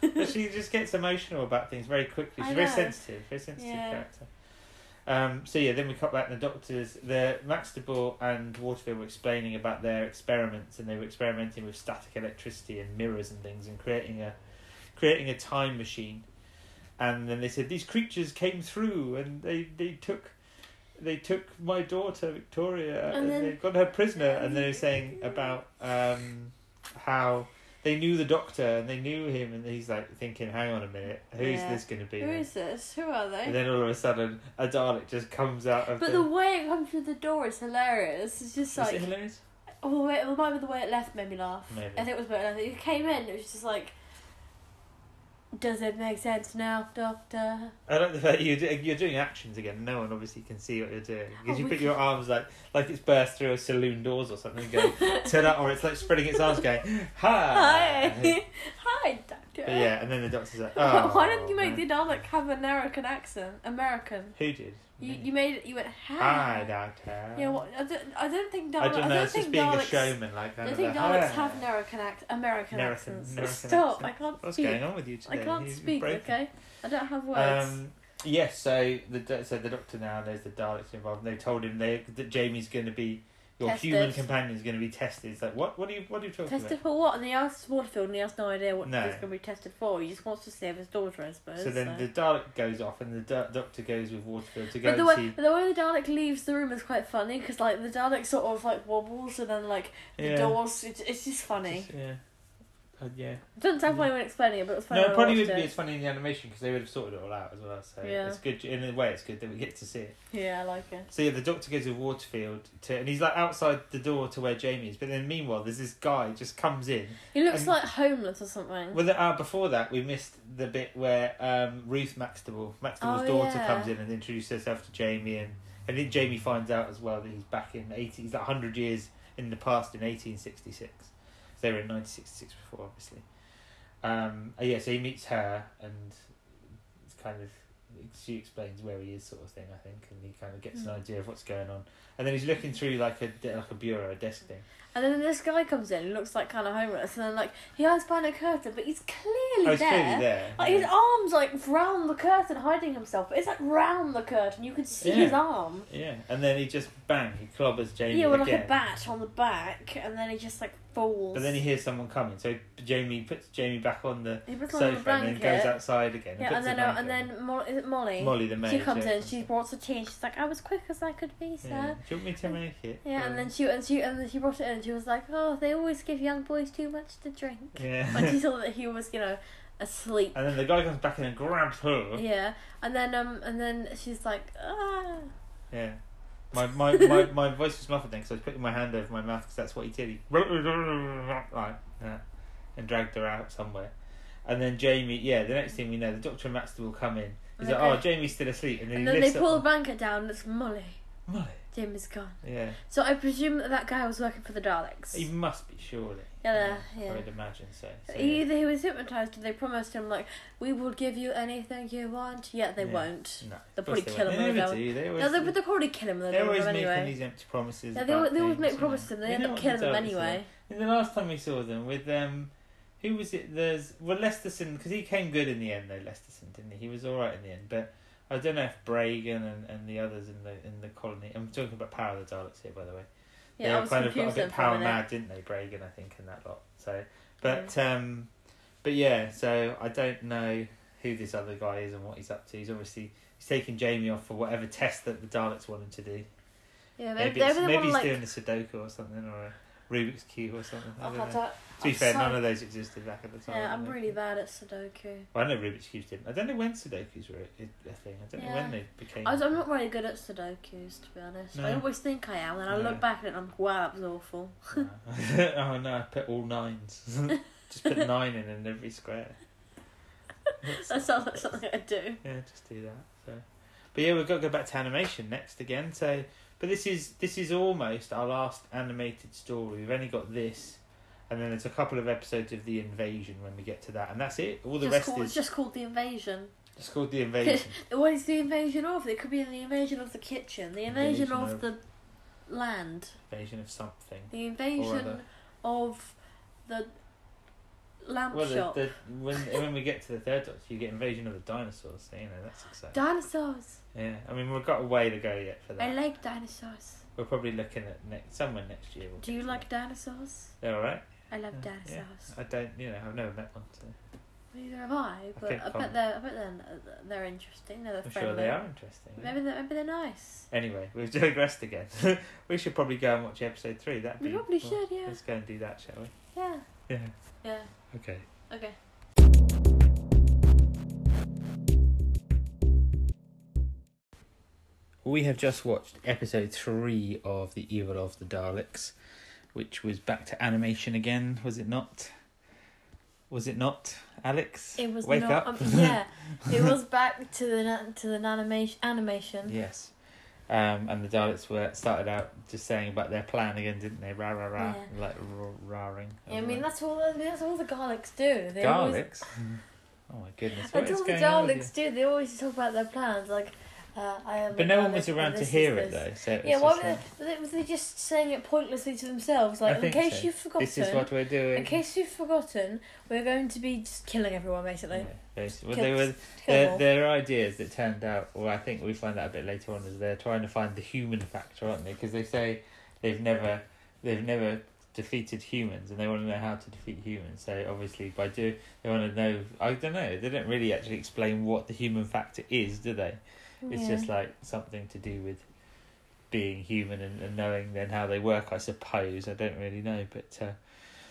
S2: but she just gets emotional about things very quickly.
S3: I
S2: She's very
S3: know.
S2: sensitive, very sensitive
S3: Yeah.
S2: character. Um, so yeah, then we cut back. and The doctors, the Max de Boer and Waterfield were explaining about their experiments, and they were experimenting with static electricity and mirrors and things, and creating a creating a time machine. And then they said these creatures came through, and they they took they took my daughter Victoria,
S3: And
S2: and,
S3: then-
S2: they got her prisoner. And they were saying about um, how they knew the doctor and they knew him, and he's like thinking, "Hang on a minute, who's
S3: Yeah.
S2: this going to be?"
S3: Who
S2: then?
S3: is this? Who are they?
S2: And then all of a sudden, a Dalek just comes out of
S3: but the way it comes through the door is hilarious. It's just
S2: Is
S3: like
S2: it hilarious?
S3: Oh, the way, it might be the way it left made me laugh.
S2: Maybe.
S3: I think it was the way it left. It came in, it was just like, does it make sense now, Doctor?
S2: I don't know that you do, you're doing actions again. No one obviously can see what you're doing because
S3: Oh,
S2: you
S3: we
S2: put your arms like like it's burst through a saloon doors or something. Going turn up, or it's like spreading its arms, going hi.
S3: Hi, hi, Doctor.
S2: But yeah, and then the doctor's like,
S3: Why-
S2: "Oh,
S3: Why didn't you make
S2: man."
S3: the Dalek have an American accent? American.
S2: Who did?
S3: You
S2: Me.
S3: you made it. You went
S2: hi,
S3: hi.
S2: doctor.
S3: Yeah, what? I don't. I don't think Dalek.
S2: Ah, I don't know. it's
S3: think
S2: just being
S3: Daleks,
S2: a showman, like
S3: I
S2: that.
S3: don't think
S2: like,
S3: Daleks
S2: "Hi."
S3: have an American act.
S2: Ah. American-
S3: American, accents.
S2: American accent.
S3: Stop! I can't
S2: What's
S3: speak.
S2: going on with you today?
S3: I can't
S2: You- you've
S3: speak.
S2: broken.
S3: Okay, I don't have words.
S2: Um, yes, so the do- so the doctor now there's the Daleks involved. And they told him they that Jamie's going to be your
S3: Tested.
S2: human companion is going to be tested. It's like what? What are you? What are you talking
S3: Tested for what? And he asks Waterfield, and he has no idea what
S2: No.
S3: he's going to be tested for. He just wants to save his daughter, I suppose.
S2: about? So then the Dalek goes off, and the do- doctor goes with Waterfield to go
S3: But
S2: and
S3: the way
S2: see.
S3: but the way the Dalek leaves the room is quite funny because like the Dalek sort of like wobbles and then like the
S2: Yeah.
S3: doors. It's, it's just funny.
S2: Just- yeah. Uh, yeah.
S3: Doesn't sound funny when explaining it, but it's funny.
S2: No,
S3: when
S2: it
S3: I
S2: probably
S3: watched
S2: would be
S3: it.
S2: as funny in the animation because they would have sorted it all out as well. So
S3: Yeah.
S2: it's good in a way. It's good that we get to see it.
S3: Yeah, I like it.
S2: So yeah, the doctor goes with Waterfield to, and he's like outside the door to where Jamie is. But then meanwhile, there's this guy just comes in.
S3: He looks
S2: And-
S3: like homeless or something.
S2: Well, the, uh, before that, we missed the bit where um, Ruth Maxtable, Maxtable's
S3: Oh,
S2: daughter,
S3: yeah.
S2: comes in and introduces herself to Jamie, and and then Jamie finds out as well that he's back in eighty, he's like hundred years in the past in eighteen sixty six. They were in nineteen sixty six before, obviously. Um, uh, yeah, so he meets her, and it's kind of she explains where he is, sort of thing. I think, and he kind of gets an
S3: Mm.
S2: idea of what's going on, and then he's looking through like a like a bureau, a desk thing.
S3: And then this guy comes in, he looks like kind of homeless, and then like he hides behind a curtain, but he's
S2: Oh,
S3: clearly
S2: he's clearly there.
S3: Like
S2: yeah.
S3: his arms like round the curtain, hiding himself. But it's like round the curtain. You can see
S2: Yeah.
S3: his arm.
S2: Yeah, and then he just bang, he clobbers Jamie
S3: yeah, with like
S2: again.
S3: a bat on the back, and then he just like fools.
S2: But then he hears someone coming, so Jamie puts Jamie back on the
S3: He puts on the
S2: sofa and then goes
S3: blanket.
S2: outside again.
S3: yeah, and
S2: puts the
S3: then uh, and
S2: blanket
S3: then Mo- is it Molly?
S2: on. Molly the maid.
S3: She comes
S2: yeah,
S3: in. She brought her tea. And she's like, "I was quick as I could be, sir."
S2: Yeah. Do you want me to make it?
S3: Yeah, and then she and she and then she brought it in. and She was like, "Oh, they always give young boys too much to drink."
S2: yeah.
S3: When she saw that he was, you know, asleep.
S2: and then the guy comes back in and grabs her.
S3: Yeah, and then um, and then she's like, "Ah."
S2: Yeah. My my, my, my voice was muffled then because I was putting my hand over my mouth because that's what he did. He like that, and dragged her out somewhere. And then Jamie, yeah, the next thing we know, the doctor and Maxton will come in. He's
S3: Okay.
S2: like, oh, Jamie's still asleep. And then,
S3: And
S2: he
S3: then they
S2: lifts
S3: pull the
S2: up.
S3: blanket down. And it's Molly.
S2: Molly.
S3: Jim is gone.
S2: Yeah.
S3: So I presume that that guy was working for the Daleks.
S2: He must be, surely.
S3: yeah,
S2: I
S3: yeah.
S2: would imagine so. so yeah.
S3: Either he was hypnotized or they promised him like, "We will give you anything you want." Yet they
S2: Yeah.
S3: won't.
S2: No,
S3: They'll
S2: of course
S3: probably
S2: they
S3: kill
S2: won't.
S3: him
S2: They
S3: when
S2: never
S3: they
S2: do. They always,
S3: No, they, but they'll probably kill him. They'll
S2: they're
S3: do
S2: always
S3: him
S2: making
S3: anyway.
S2: these empty promises.
S3: Yeah, they,
S2: about
S3: al- they always
S2: things,
S3: make
S2: you know.
S3: promises and they
S2: You
S3: end
S2: know
S3: up
S2: what
S3: killing them
S2: adults are.
S3: anyway.
S2: And the last time we saw them with um, who was it? There's well Lesterson because he came good in the end though Lesterson didn't he? He was all right in the end, but I don't know if Bragan and, and the others in the in the colony. I'm talking about Power of the Daleks here, by the way.
S3: Yeah,
S2: they
S3: I
S2: were
S3: was
S2: kind of got a
S3: confused
S2: bit
S3: then for a
S2: power
S3: minute.
S2: mad, didn't they? Bragan, I think, and that lot. So, but um, but yeah. So I don't know who this other guy is and what he's up to. He's obviously he's taking Jamie off for whatever test that the Daleks want him to do.
S3: Yeah,
S2: Maybe
S3: maybe,
S2: it's,
S3: maybe they
S2: maybe he's
S3: want like.
S2: doing a Sudoku or something or a Rubik's cube or something. I
S3: I've
S2: don't
S3: had
S2: know.
S3: that.
S2: To be
S3: I'm
S2: fair,
S3: so-
S2: none of those existed back at the time.
S3: Yeah,
S2: I
S3: I'm
S2: don't
S3: really
S2: think.
S3: bad at Sudoku.
S2: Well, I know Rubik's cubes didn't. I don't know when Sudokus were a, a thing. I don't know when
S3: Yeah.
S2: they became.
S3: I, am not really good at Sudokus, to be honest. I
S2: No.
S3: always think I am, and I
S2: No.
S3: look back at it and I'm, wow, that was awful.
S2: No. oh no! I put all nines. just put nine in in every square.
S3: That sounds like something I do.
S2: Yeah, just do that. So, but yeah, we've got to go back to animation next again. So, but this is this is almost our last animated story. We've only got this, and then there's a couple of episodes of the invasion when we get to that, and that's it. All the
S3: just
S2: rest
S3: called, It's
S2: is
S3: just called the invasion.
S2: it's called the invasion.
S3: What is the invasion of? It could be the invasion of the kitchen, the invasion,
S2: Invasion
S3: of,
S2: of-
S3: the land,
S2: invasion of something.
S3: the invasion
S2: other.
S3: of the lamp
S2: Well, the,
S3: shop.
S2: the, when when we get to the third Doctor, you get invasion of the dinosaurs. So, you know that's exciting.
S3: Dinosaurs.
S2: yeah, I mean we've got a way to go yet for
S3: I
S2: that.
S3: like dinosaurs.
S2: We're probably looking at next somewhere next year. We'll get
S3: Do you
S2: to
S3: like
S2: that.
S3: dinosaurs?
S2: They're all right.
S3: I love
S2: Yeah, yeah.
S3: dinosaurs.
S2: I don't. You know, I've never met one. So.
S3: Neither have I, but
S2: think
S3: I,
S2: I'm-
S3: bet they're I bet they're they're interesting. They're
S2: I'm
S3: friendly.
S2: sure they are interesting. yeah.
S3: Maybe they're, maybe they're nice.
S2: Anyway, we've digressed again. we should probably go and watch episode three. That'd
S3: We
S2: be
S3: probably
S2: well,
S3: should, yeah,
S2: Let's go and do that, shall we?
S3: yeah,
S2: Yeah.
S3: yeah.
S2: Okay.
S3: Okay.
S2: We have just watched episode three of The Evil of the Daleks, which was back to animation again, was it not? Was it not, Alex?
S3: It was
S2: Wake
S3: not.
S2: up.
S3: Um, yeah, it was back to the na- to the animation animation.
S2: Yes. Um, and the Daleks were started out just saying about their plan again, didn't they? Rah rah rah,
S3: Yeah.
S2: like rah rahing.
S3: I mean that's all I mean, that's all the Garlics do. They Always,
S2: Daleks. Oh my goodness! What
S3: that's
S2: is
S3: all the
S2: going on with you?
S3: Daleks do. They always talk about their plans. Like, uh, I am. a
S2: But no one
S3: Dalek
S2: was
S3: and
S2: around to
S3: this
S2: hear
S3: is
S2: it
S3: this.
S2: though, so it was
S3: Yeah, why
S2: just
S3: were
S2: like,
S3: they, were they just saying it pointlessly to themselves?
S2: I
S3: Like, in
S2: think
S3: case
S2: so.
S3: you've forgotten,
S2: this is what we're doing.
S3: in case you've forgotten, we're going to be just killing everyone
S2: Yeah,
S3: basically.
S2: basically. Well,
S3: Kill-
S2: they were
S3: Kill them
S2: their,
S3: all.
S2: their ideas that turned out. Well, I think we find that a bit later on is they're trying to find the human factor, aren't they? Because they say they've never they've never defeated humans, and they want to know how to defeat humans. So obviously, by do they want to know? I don't know. They don't really actually explain what the human factor is, do they? It's
S3: Yeah.
S2: just like something to do with being human and, and knowing then how they work, I suppose. I don't really know, but uh,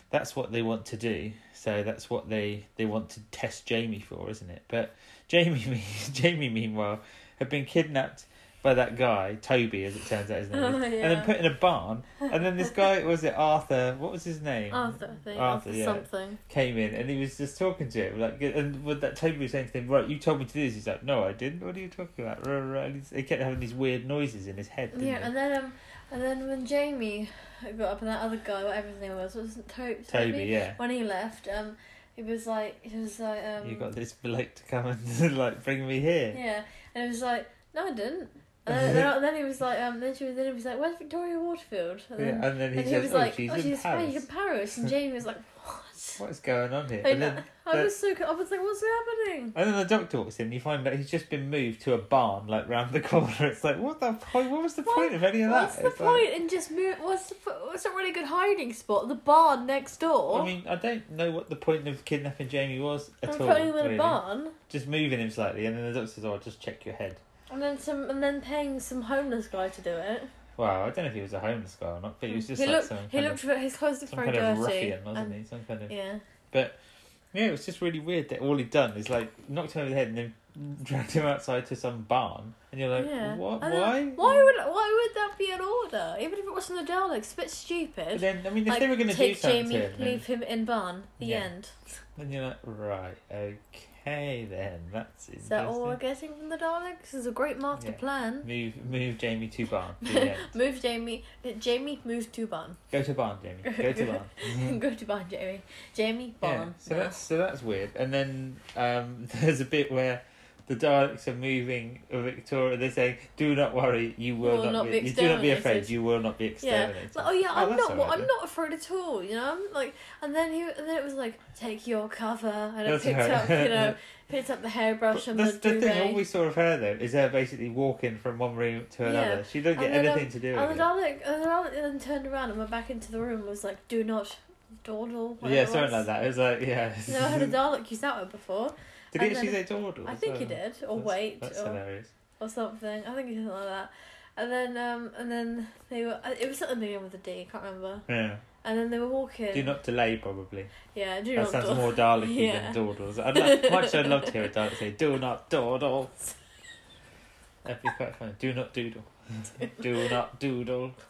S2: that's what they want to do. So that's what they, they want to test Jamie for, isn't it? But Jamie, me- Jamie meanwhile, had been kidnapped by that guy, Toby, as it turns out his name is,
S3: Oh,
S2: and then
S3: yeah.
S2: put in a barn. And then this guy, was it Arthur? What was his name?
S3: Arthur, I think.
S2: Arthur,
S3: Arthur,
S2: yeah.
S3: something.
S2: came in and he was just talking to him like and with that Toby was saying to him right you told me to do this he's like no I didn't what are you talking about Ruh, ruh. And he's- he kept having these weird noises in his head didn't
S3: Yeah,
S2: he?
S3: and then um, and then when Jamie got up and that other guy, whatever his name was, wasn't Toby.
S2: Toby, yeah
S3: When he left, um, he was like, he was like, um,
S2: you got this bloke to come and like bring me here
S3: yeah, and he was like, no, I didn't. And then, then, then he was like, um, then she was, then he was like, where's Victoria Waterfield? And
S2: yeah,
S3: then,
S2: and then he
S3: and he
S2: says
S3: was
S2: oh
S3: like,
S2: she's
S3: oh,
S2: in
S3: she's
S2: Paris
S3: in Paris, and Jamie was like, what? that?
S2: What is going on here?
S3: I,
S2: And then,
S3: I
S2: the-
S3: was so. co- I was like, what's happening?
S2: and then the doctor walks in. and You find that he's just been moved to a barn like round the corner. It's like what the point? What was the
S3: What-
S2: point of any of that?
S3: What's the
S2: It's like-
S3: point in just move? What's the? po- What's a really good hiding spot? The barn next door.
S2: I mean, I don't know what the point of kidnapping Jamie was at
S3: and
S2: all.
S3: putting him in
S2: really.
S3: a barn,
S2: Just moving him slightly, and then the doctor says, "Oh, just check your head."
S3: and then some, and then paying some homeless guy to do it.
S2: Wow, I don't know if he was a homeless guy or not, but he was just
S3: Mm. he
S2: like
S3: looked.
S2: some
S3: he
S2: kind
S3: looked. ve- his clothes
S2: of
S3: looked
S2: some
S3: very
S2: kind of
S3: dirty.
S2: ruffian, wasn't
S3: and-
S2: he? Some kind of
S3: Yeah.
S2: yeah. It was just really weird that all he'd done is like knocked him over the head and then dragged him outside to some barn, and you're like,
S3: yeah.
S2: "What?
S3: And
S2: Why?
S3: then- Why would? Why would that be an order? Even if it wasn't a Dalek, it's a bit
S2: But
S3: stupid.
S2: then, I mean, if
S3: like,
S2: they were going to do
S3: take
S2: something
S3: Jamie,
S2: to him, then,
S3: leave him in barn. The
S2: Yeah.
S3: end.
S2: then you're like, right, okay, then that's
S3: Is that all oh, we're
S2: interesting.
S3: getting from the Daleks? This is a great master
S2: Yeah.
S3: plan.
S2: Move, move Jamie to barn. The end.
S3: Move Jamie. Jamie moves to barn.
S2: Go to barn, Jamie. Go to barn.
S3: Go to barn, Jamie. Jamie
S2: Yeah,
S3: barn.
S2: so
S3: now.
S2: that's so that's weird. And then um, there's a bit where the Daleks are moving Victoria. They're saying, "Do not worry, you will not, be, you do not be afraid,
S3: exterminated."
S2: you will not be
S3: Yeah.
S2: exterminated."
S3: Like, oh yeah, I'm
S2: that's
S3: not.
S2: all right
S3: I'm
S2: then.
S3: not afraid at all. You know, I'm like, and then he, and then it was like, take your cover, and I
S2: That's
S3: picked
S2: all right.
S3: up, you know, picked up the hairbrush
S2: But
S3: and the,
S2: that's the thing.
S3: duvet.
S2: All we saw of her though is her basically walking from one room to
S3: Yeah.
S2: another. She doesn't get
S3: And then, um,
S2: anything to do
S3: and
S2: with
S3: the
S2: it.
S3: Dalek, and the Dalek then turned around and went back into the room. and Was like, do not, dawdle.
S2: Yeah, something like that. It was like, yeah.
S3: You know, I heard a Dalek use that word before.
S2: did he
S3: and
S2: actually say
S3: then-
S2: dawdle?
S3: I
S2: as
S3: think he
S2: well?
S3: did, Oh. or
S2: uh, That's-
S3: wait,
S2: That's
S3: or,
S2: hilarious.
S3: or something. I think he did something like that. And then, um, and then they were. uh, It was something beginning with a D. I can't remember.
S2: Yeah.
S3: And then they were walking.
S2: Do not delay, probably.
S3: Yeah, do
S2: That
S3: not.
S2: sounds
S3: dawdle.
S2: more Dalek
S3: Yeah.
S2: than dawdles. I'd like, much I'd love to hear a Dalek say, "Do not dawdle." That'd be quite fun. Do not doodle. Do not doodle.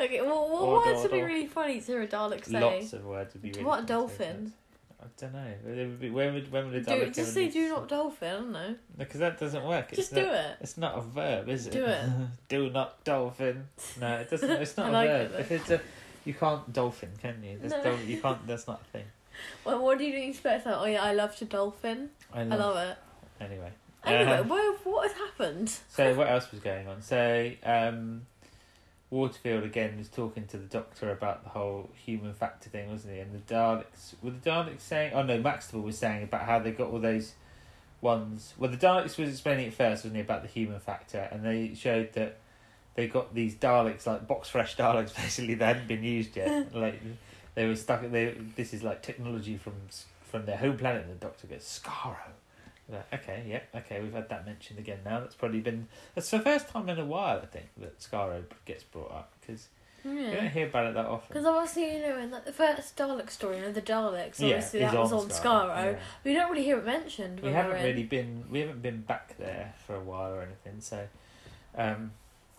S3: Okay, well, what
S2: Or
S3: words would be
S2: Dalek.
S3: really funny to hear a Dalek say?
S2: Lots of words would be. Really
S3: what
S2: fun to say
S3: dolphin?
S2: that. I don't know. It would be, when would when would a Dalek?
S3: Do, just say do not dolphin, I don't know.
S2: Because that doesn't work. It's
S3: just
S2: not,
S3: do it.
S2: It's not a verb, is it?
S3: Do it.
S2: do not dolphin. No, it doesn't. It's
S3: I
S2: not a
S3: like
S2: verb.
S3: it
S2: if it's a, you can't dolphin, can you? That's
S3: No.
S2: dol- you can't. That's not a thing.
S3: Well, what do you expect? Like, oh yeah, I love to dolphin.
S2: I love.
S3: I love it.
S2: Anyway.
S3: Anyway,
S2: Um,
S3: well, what has happened?
S2: So what else was going on? So um, Waterfield again was talking to the doctor about the whole human factor thing, wasn't he? And the Daleks were the Daleks saying, oh no, Maxtable was saying about how they got all those ones. Well, the Daleks was explaining it first, wasn't he, about the human factor, and they showed that they got these Daleks like box fresh Daleks, basically they hadn't been used yet. like they were stuck. They this is like technology from s- from their home planet. And the doctor goes Scaro. Like, okay, yeah, okay, we've had that mentioned again now. That's probably been that's the first time in a while I think that Scaro gets brought up because you
S3: Yeah.
S2: don't hear about it that
S3: Because
S2: often.
S3: obviously, you know, in the first Dalek story, you know, the Daleks, obviously
S2: it's
S3: that was on Scarrow.
S2: yeah.
S3: We don't really hear it mentioned.
S2: We
S3: When
S2: haven't
S3: are in.
S2: really been we haven't been back there for a while or anything. So, um,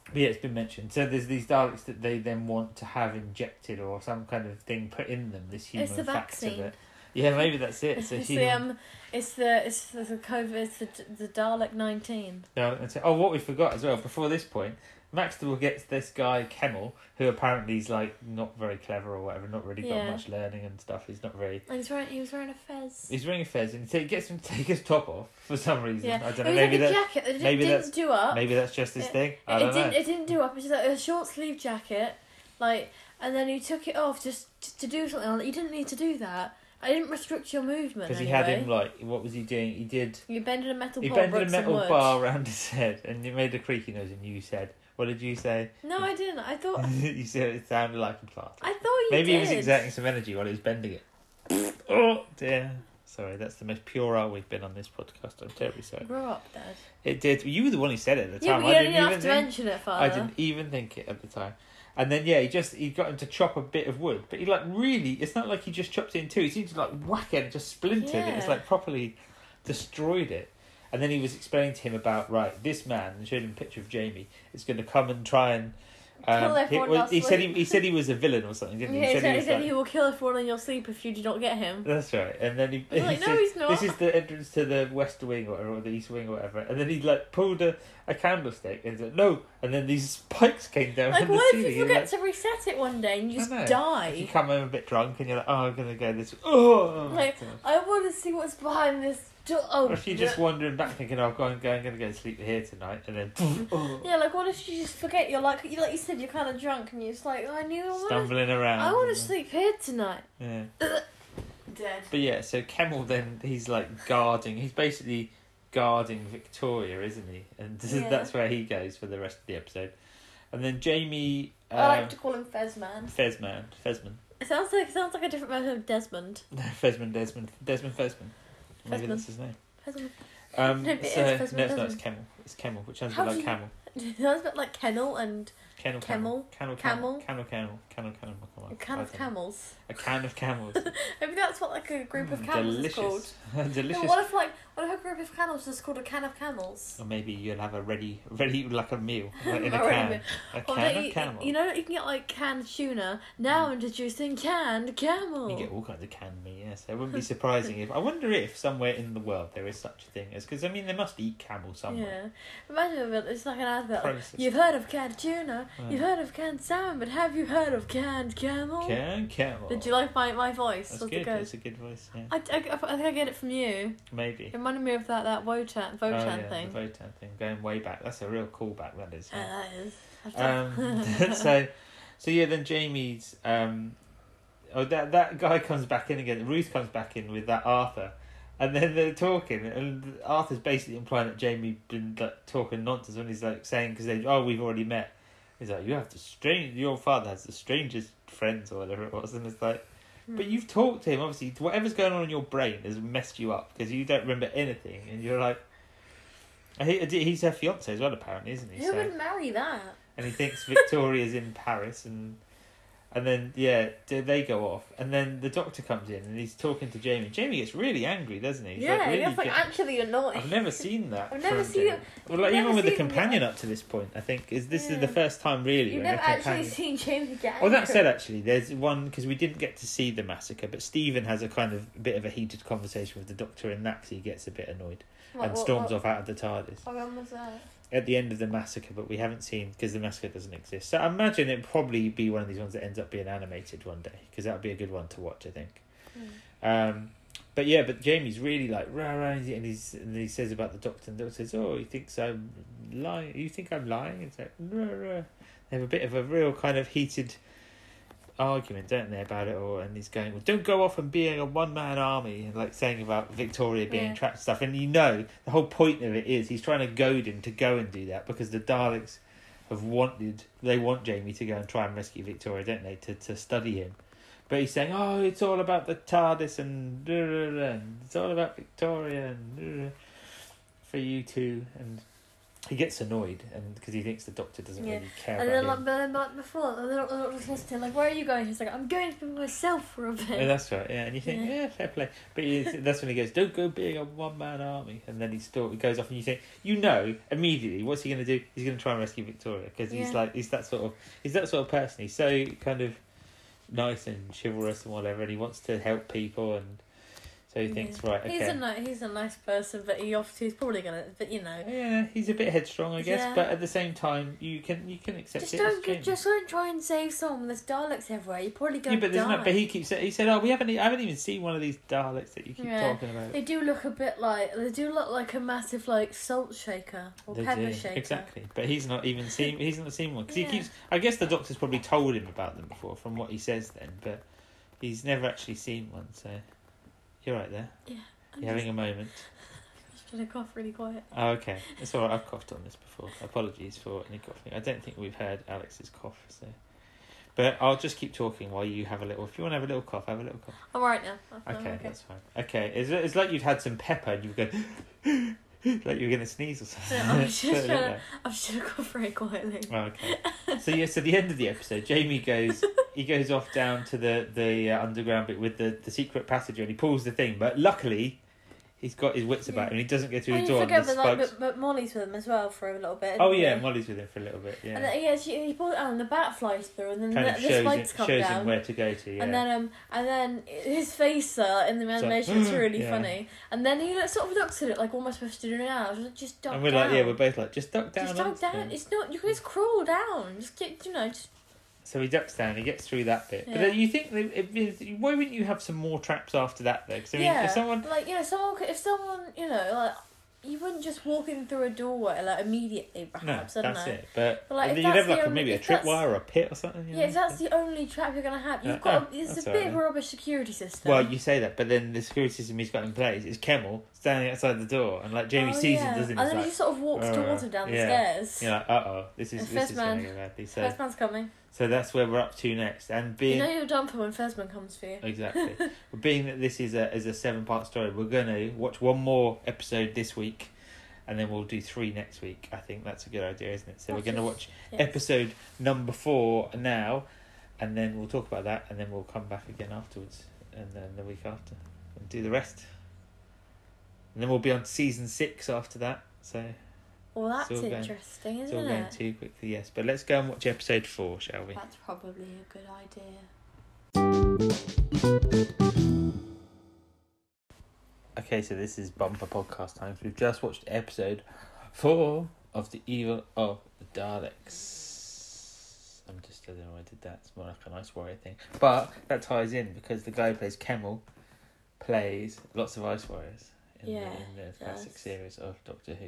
S2: but yeah, it's been mentioned. So there's these Daleks that they then want to have injected or some kind of thing put in them. This human
S3: It's the
S2: factor
S3: vaccine.
S2: that- yeah, maybe that's it.
S3: It's,
S2: So
S3: the um, it's the it's the, the COVID, it's the the Dalek nineteen.
S2: Yeah, that's it. Oh, what we forgot as well before this point, Maxtable gets this guy Kemmel, who apparently is like not very clever or whatever, not really
S3: Yeah.
S2: got much learning and stuff. He's not very.
S3: And he's wearing he was wearing a fez.
S2: He's wearing a fez and he gets him to take his top off for some reason.
S3: Yeah,
S2: I
S3: it
S2: don't know.
S3: was
S2: Maybe
S3: like a
S2: that.
S3: jacket. It
S2: maybe that's-
S3: didn't do up.
S2: Maybe that's just his
S3: It-
S2: thing. I
S3: It
S2: don't know.
S3: didn't. It didn't do up. It was like a short sleeve jacket, like, and then he took it off just t- to do something. Like, you didn't need to do that. I didn't restrict your movement.
S2: Because he
S3: anyway.
S2: had him like, what was he doing? He did.
S3: You bended a metal.
S2: He
S3: pole,
S2: bended
S3: broke
S2: a
S3: some
S2: metal
S3: wood.
S2: bar around his head, and it made a creaky noise. And you said, "What did you say?"
S3: No, I didn't. I thought.
S2: you said it sounded like a plaster.
S3: I thought you
S2: Maybe
S3: did.
S2: he was exerting some energy while he was bending it. oh dear. Sorry, that's the most puerile we've been on this podcast. I'm terribly sorry.
S3: Grow up, Dad.
S2: It did. You were the one who said it at the
S3: Yeah,
S2: time.
S3: but you
S2: I
S3: don't
S2: didn't
S3: have
S2: even
S3: to
S2: think.
S3: mention it, Father.
S2: I didn't even think it at the time. And then yeah, he just he got him to chop a bit of wood, but he like really. It's not like he just chopped it in two. He seemed to like whack it and just splintered it. It's
S3: Yeah.
S2: like properly destroyed it. And then he was explaining to him about right, this man and showed him a picture of Jamie. Is going to come and try and.
S3: Kill
S2: Um, he,
S3: everyone
S2: well,
S3: else
S2: he said
S3: with-
S2: he, he said he was a villain or something, didn't he?
S3: Yeah, he said, he,
S2: was
S3: said
S2: like-
S3: he will kill everyone in your sleep if you do not get him.
S2: that's right. And then he,
S3: He's
S2: he
S3: like, "No,
S2: said,
S3: he's not."
S2: This is the entrance to the west wing or, whatever, or the east wing or whatever. And then he like pulled a, a candlestick and said, no. And then these spikes came down
S3: Like,
S2: from the
S3: what if
S2: ceiling.
S3: you
S2: You're
S3: forget
S2: like,
S3: to reset it one day and you
S2: I
S3: just
S2: know. you
S3: die?
S2: come home a bit drunk and you're like, oh, I'm gonna go this. Oh,
S3: Like, I want to see what's behind this door. Oh,
S2: or if you're just wandering back thinking, oh, I'm going, I'm gonna go and sleep here tonight, and then oh,
S3: Yeah, like what if you just forget? You're like, you like you said, you're kind of drunk, and you're just like, I knew I want to.
S2: stumbling around.
S3: I want
S2: and-
S3: to sleep here tonight.
S2: Yeah.
S4: dead.
S2: But yeah, so Kemmel then he's like guarding. He's basically guarding Victoria, isn't he? And
S3: Yeah.
S2: that's where he goes for the rest of the episode. And then Jamie
S3: I
S2: um,
S3: like to call him Fezman.
S2: Fezman, Fezman,
S3: It sounds like sounds like a different version of Desmond.
S2: no Fezman, Desmond, Desmond Fezman. Maybe
S3: Fezman.
S2: that's his name.
S3: Fezman.
S2: Um,
S3: No, but it's
S2: so, no, it's
S3: Fezman,
S2: not. It's
S3: Desmond.
S2: Kemmel. It's Kemmel, which sounds a
S3: How
S2: bit like
S3: do you-
S2: Camel.
S3: It sounds a bit like Kennel and
S2: Kennel,
S3: Kemmel?
S2: Camel, Kennel, Camel,
S3: Camel?
S2: Kennel, Camel, Kennel, Camel. come on,
S3: a can
S2: I
S3: of
S2: don't know.
S3: camels.
S2: A can of camels.
S3: Maybe that's what like a group of
S2: Mm,
S3: camels
S2: delicious.
S3: is called.
S2: delicious.
S3: But what if like what if a group of camels is called a can of camels?
S2: Or maybe you'll have a ready, ready like a meal like in a
S3: Already
S2: can,
S3: been-
S2: a
S3: Or
S2: can
S3: don't
S2: of
S3: you,
S2: camel. Mm.
S3: you know that you can get like canned tuna. Now introducing canned camel.
S2: You get all kinds of canned meat, yes. It wouldn't be surprising if. I wonder if somewhere in the world there is such a thing as. Because, I mean, they must eat camel somewhere.
S3: Yeah, imagine if it- it's like an advert. like,
S2: Processed.
S3: You've heard of canned tuna.
S2: Yeah.
S3: You've heard of canned salmon, but have you heard of canned camel?
S2: Canned camel.
S3: Did you like my, my voice?
S2: That's
S3: How's it
S2: good.
S3: go?
S2: That's a good voice, yeah.
S3: I, I, I think I get it from you.
S2: Maybe.
S3: It reminded me of that that Wotan Wotan
S2: oh, yeah,
S3: thing.
S2: The Votan thing. Going way back. That's a real callback, that is.
S3: Uh,
S2: yeah.
S3: that is. I've
S2: Um,
S3: done-
S2: so, so yeah. Then Jamie's. Um, oh, that that guy comes back in again. Ruth comes back in with that Arthur, and then they're talking, and Arthur's basically implying that Jamie been like talking nonsense when he's like saying because they oh we've already met. He's like you have the strange. Your father has the strangest friends or whatever it was, and it's like.
S3: Hmm.
S2: But you've talked to him, obviously. Whatever's going on in your brain has messed you up because you don't remember anything, and you're like, he, he's her fiance as well, apparently, isn't he?
S3: Who would marry that?
S2: and he thinks Victoria's in Paris, and and then yeah, d- they go off, and then the doctor comes in and he's talking to Jamie. Jamie gets really angry, doesn't he? He's,
S3: yeah,
S2: like, really
S3: that's like
S2: get-
S3: actually annoying.
S2: I've never seen that.
S3: I've never
S2: from
S3: seen
S2: Jamie. Well, like,
S3: I've
S2: even
S3: never
S2: with the
S3: seen him
S2: companion up to this point, I think is this is the
S3: Yeah.
S2: first time really.
S3: You've
S2: when a
S3: never actually
S2: companion-
S3: seen Jamie get.
S2: well, that
S3: angry.
S2: said, actually, there's one because we didn't get to see the massacre, but Stephen has a kind of bit of a heated conversation with the doctor in that 'cause he gets a bit annoyed
S3: Like,
S2: and
S3: what-
S2: storms
S3: what-
S2: off out of the TARDIS
S3: What gun was that?
S2: at the end of the massacre, but we haven't seen because the massacre doesn't exist. So I imagine it'd probably be one of these ones that ends up being animated one day because that would be a good one to watch, I think.
S3: Hmm.
S2: Um, but yeah, but Jamie's really like rah rah, and, he- and he's and he says about the doctor, and the doctor says, "Oh, he thinks I'm lying. You think I'm lying?" It's like rah rah. They have a bit of a real kind of heated argument, don't they, about it all? And he's going, "Well, don't go off and being a one man army," and like saying about Victoria being
S3: Yeah.
S2: trapped and stuff. And you know, the whole point of it is he's trying to goad him to go and do that because the Daleks have wanted they want Jamie to go and try and rescue Victoria, don't they, to to study him. But he's saying, "Oh, it's all about the TARDIS and, da, da, da, and it's all about Victoria and da, da, for you two." And he gets annoyed, and because he thinks the Doctor doesn't
S3: Yeah.
S2: really care
S3: And
S2: about
S3: then,
S2: him.
S3: like, but then, like before, the little, the little sister, like, where are you going? He's like, I'm going to be myself for a
S2: Yeah,
S3: bit.
S2: that's right. Yeah, and you think, yeah,
S3: Yeah.
S2: fair play. But you, that's when he goes, "Don't go being a one man army." And then he still he goes off, and you think, you know, immediately, what's he going to do? He's going to try and rescue Victoria because he's
S3: Yeah.
S2: like, he's that sort of, he's that sort of person. He's so kind of nice and chivalrous and whatever, and he wants to help people, and so he
S3: Yeah.
S2: thinks, right, okay,
S3: He's a ni- he's a nice person, but he obviously he's probably gonna, but you know,
S2: yeah, he's a bit headstrong, I guess,
S3: Yeah.
S2: but at the same time, you can you can accept
S3: just
S2: it.
S3: don't,
S2: as
S3: go-
S2: Jamie.
S3: just don't try and save someone. There's Daleks everywhere. You're probably
S2: yeah,
S3: gonna
S2: but
S3: die.
S2: there's not. But he keeps. He said, "Oh, we haven't. e- I haven't even seen one of these Daleks that you keep
S3: Yeah.
S2: talking about."
S3: They do look a bit like they do look like a massive like salt shaker or pepper
S2: do,
S3: shaker.
S2: Exactly, but he's not even seen. He's not seen one because
S3: Yeah.
S2: he keeps. I guess the doctor's probably told him about them before, from what he says. Then, but he's never actually seen one. So, you're right there.
S3: I'm
S2: You're having a moment.
S3: just, just gonna cough really quiet.
S2: Oh, okay, it's all right. I've coughed on this before. Apologies for any coughing. I don't think we've heard Alex's cough. So, but I'll just keep talking while you have a little. If you want to have a little cough, have a little cough.
S3: I'm alright now. I'm
S2: Okay, that's fine. Okay, it's, it's like you've had some pepper and you've gone. like you were gonna sneeze or something.
S3: Yeah, I was
S2: That's what
S3: just
S2: it looked
S3: trying to-
S2: like.
S3: I've just coughed very quietly.
S2: Oh, okay. So yeah, so the end of the episode, Jamie goes he goes off down to the the uh, underground bit with the the secret passenger, and he pulls the thing. But luckily, he's got his wits about
S3: Yeah.
S2: him. He doesn't get through
S3: And
S2: the
S3: you
S2: door. And the
S3: forget, but, like,
S2: spikes.
S3: but, but Molly's with him as well for a little bit.
S2: Oh
S3: isn't
S2: yeah,
S3: he?
S2: Molly's with him for a little bit.
S3: And
S2: Yeah,
S3: then, yeah, she, he pulls it out, and the bat flies through, and then
S2: kind
S3: the,
S2: of
S3: the
S2: shows him,
S3: spikes come
S2: shows him
S3: down.
S2: where to go to. Yeah,
S3: And then, um, and then his face uh, in the
S2: like,
S3: animation is really
S2: yeah.
S3: funny. And then he like, sort of looks at it like, what am I supposed to do now? Just, just duck
S2: And we're
S3: down.
S2: like, yeah, we're both like, just duck down.
S3: just duck
S2: onto
S3: down.
S2: him.
S3: It's not. You can just crawl down. Just get, you know, just
S2: So he ducks down. He gets through that bit. But
S3: Yeah.
S2: then you think, that it, it, why wouldn't you have some more traps after that though? Because I mean,
S3: yeah.
S2: if someone
S3: Like you know, someone could, if someone you know like you wouldn't just walk in through a doorway like immediately,
S2: No,
S3: perhaps. I don't
S2: that's
S3: know.
S2: it. But,
S3: But, like, if
S2: you'd have
S3: that's the
S2: like a,
S3: only-
S2: maybe a
S3: if that's-
S2: tripwire or a pit or something. you
S3: Yeah, if
S2: know?
S3: that's the only trap you're gonna have, you've
S2: Yeah,
S3: got.
S2: oh,
S3: a, it's
S2: that's
S3: a
S2: all right
S3: bit of a
S2: then.
S3: rubbish security system.
S2: Well, you say that, but then the security system he's got in place is Kemmel standing outside the door, and like Jamie
S3: Oh,
S2: sees
S3: yeah.
S2: it, doesn't
S3: And
S2: he?
S3: then he
S2: Like,
S3: just sort of walks
S2: uh,
S3: towards him down the
S2: yeah.
S3: stairs.
S2: you're like, uh oh, this is
S3: And
S2: this is going
S3: Fesman-
S2: to go badly. So,
S3: First man's coming.
S2: so that's where we're up to next, and
S3: You
S2: being
S3: know you're done for when first man comes for you.
S2: exactly, but being that this is a is a seven part story, we're gonna watch one more episode this week, and then we'll do three next week. I think that's a good idea, isn't it? So we're
S3: That
S2: gonna
S3: is-
S2: watch
S3: Yes.
S2: episode number four now, and then we'll talk about that, and then we'll come back again afterwards, and then the week after, and do the rest. And then we'll be on to season six after that. So
S3: Well, that's
S2: all going-
S3: interesting,
S2: it's
S3: isn't
S2: all going
S3: it?
S2: too quickly, yes. But let's go and watch episode four, shall we?
S3: That's probably a good idea.
S2: Okay, so this is bumper podcast times. We've just watched episode four of the evil of the Daleks. I'm just I don't know why I did that. It's more like a nice warrior thing, but that ties in because the guy who plays Kemmel plays lots of Ice Warriors in
S3: Yeah,
S2: the, in the
S3: he
S2: classic
S3: does.
S2: series of Doctor Who,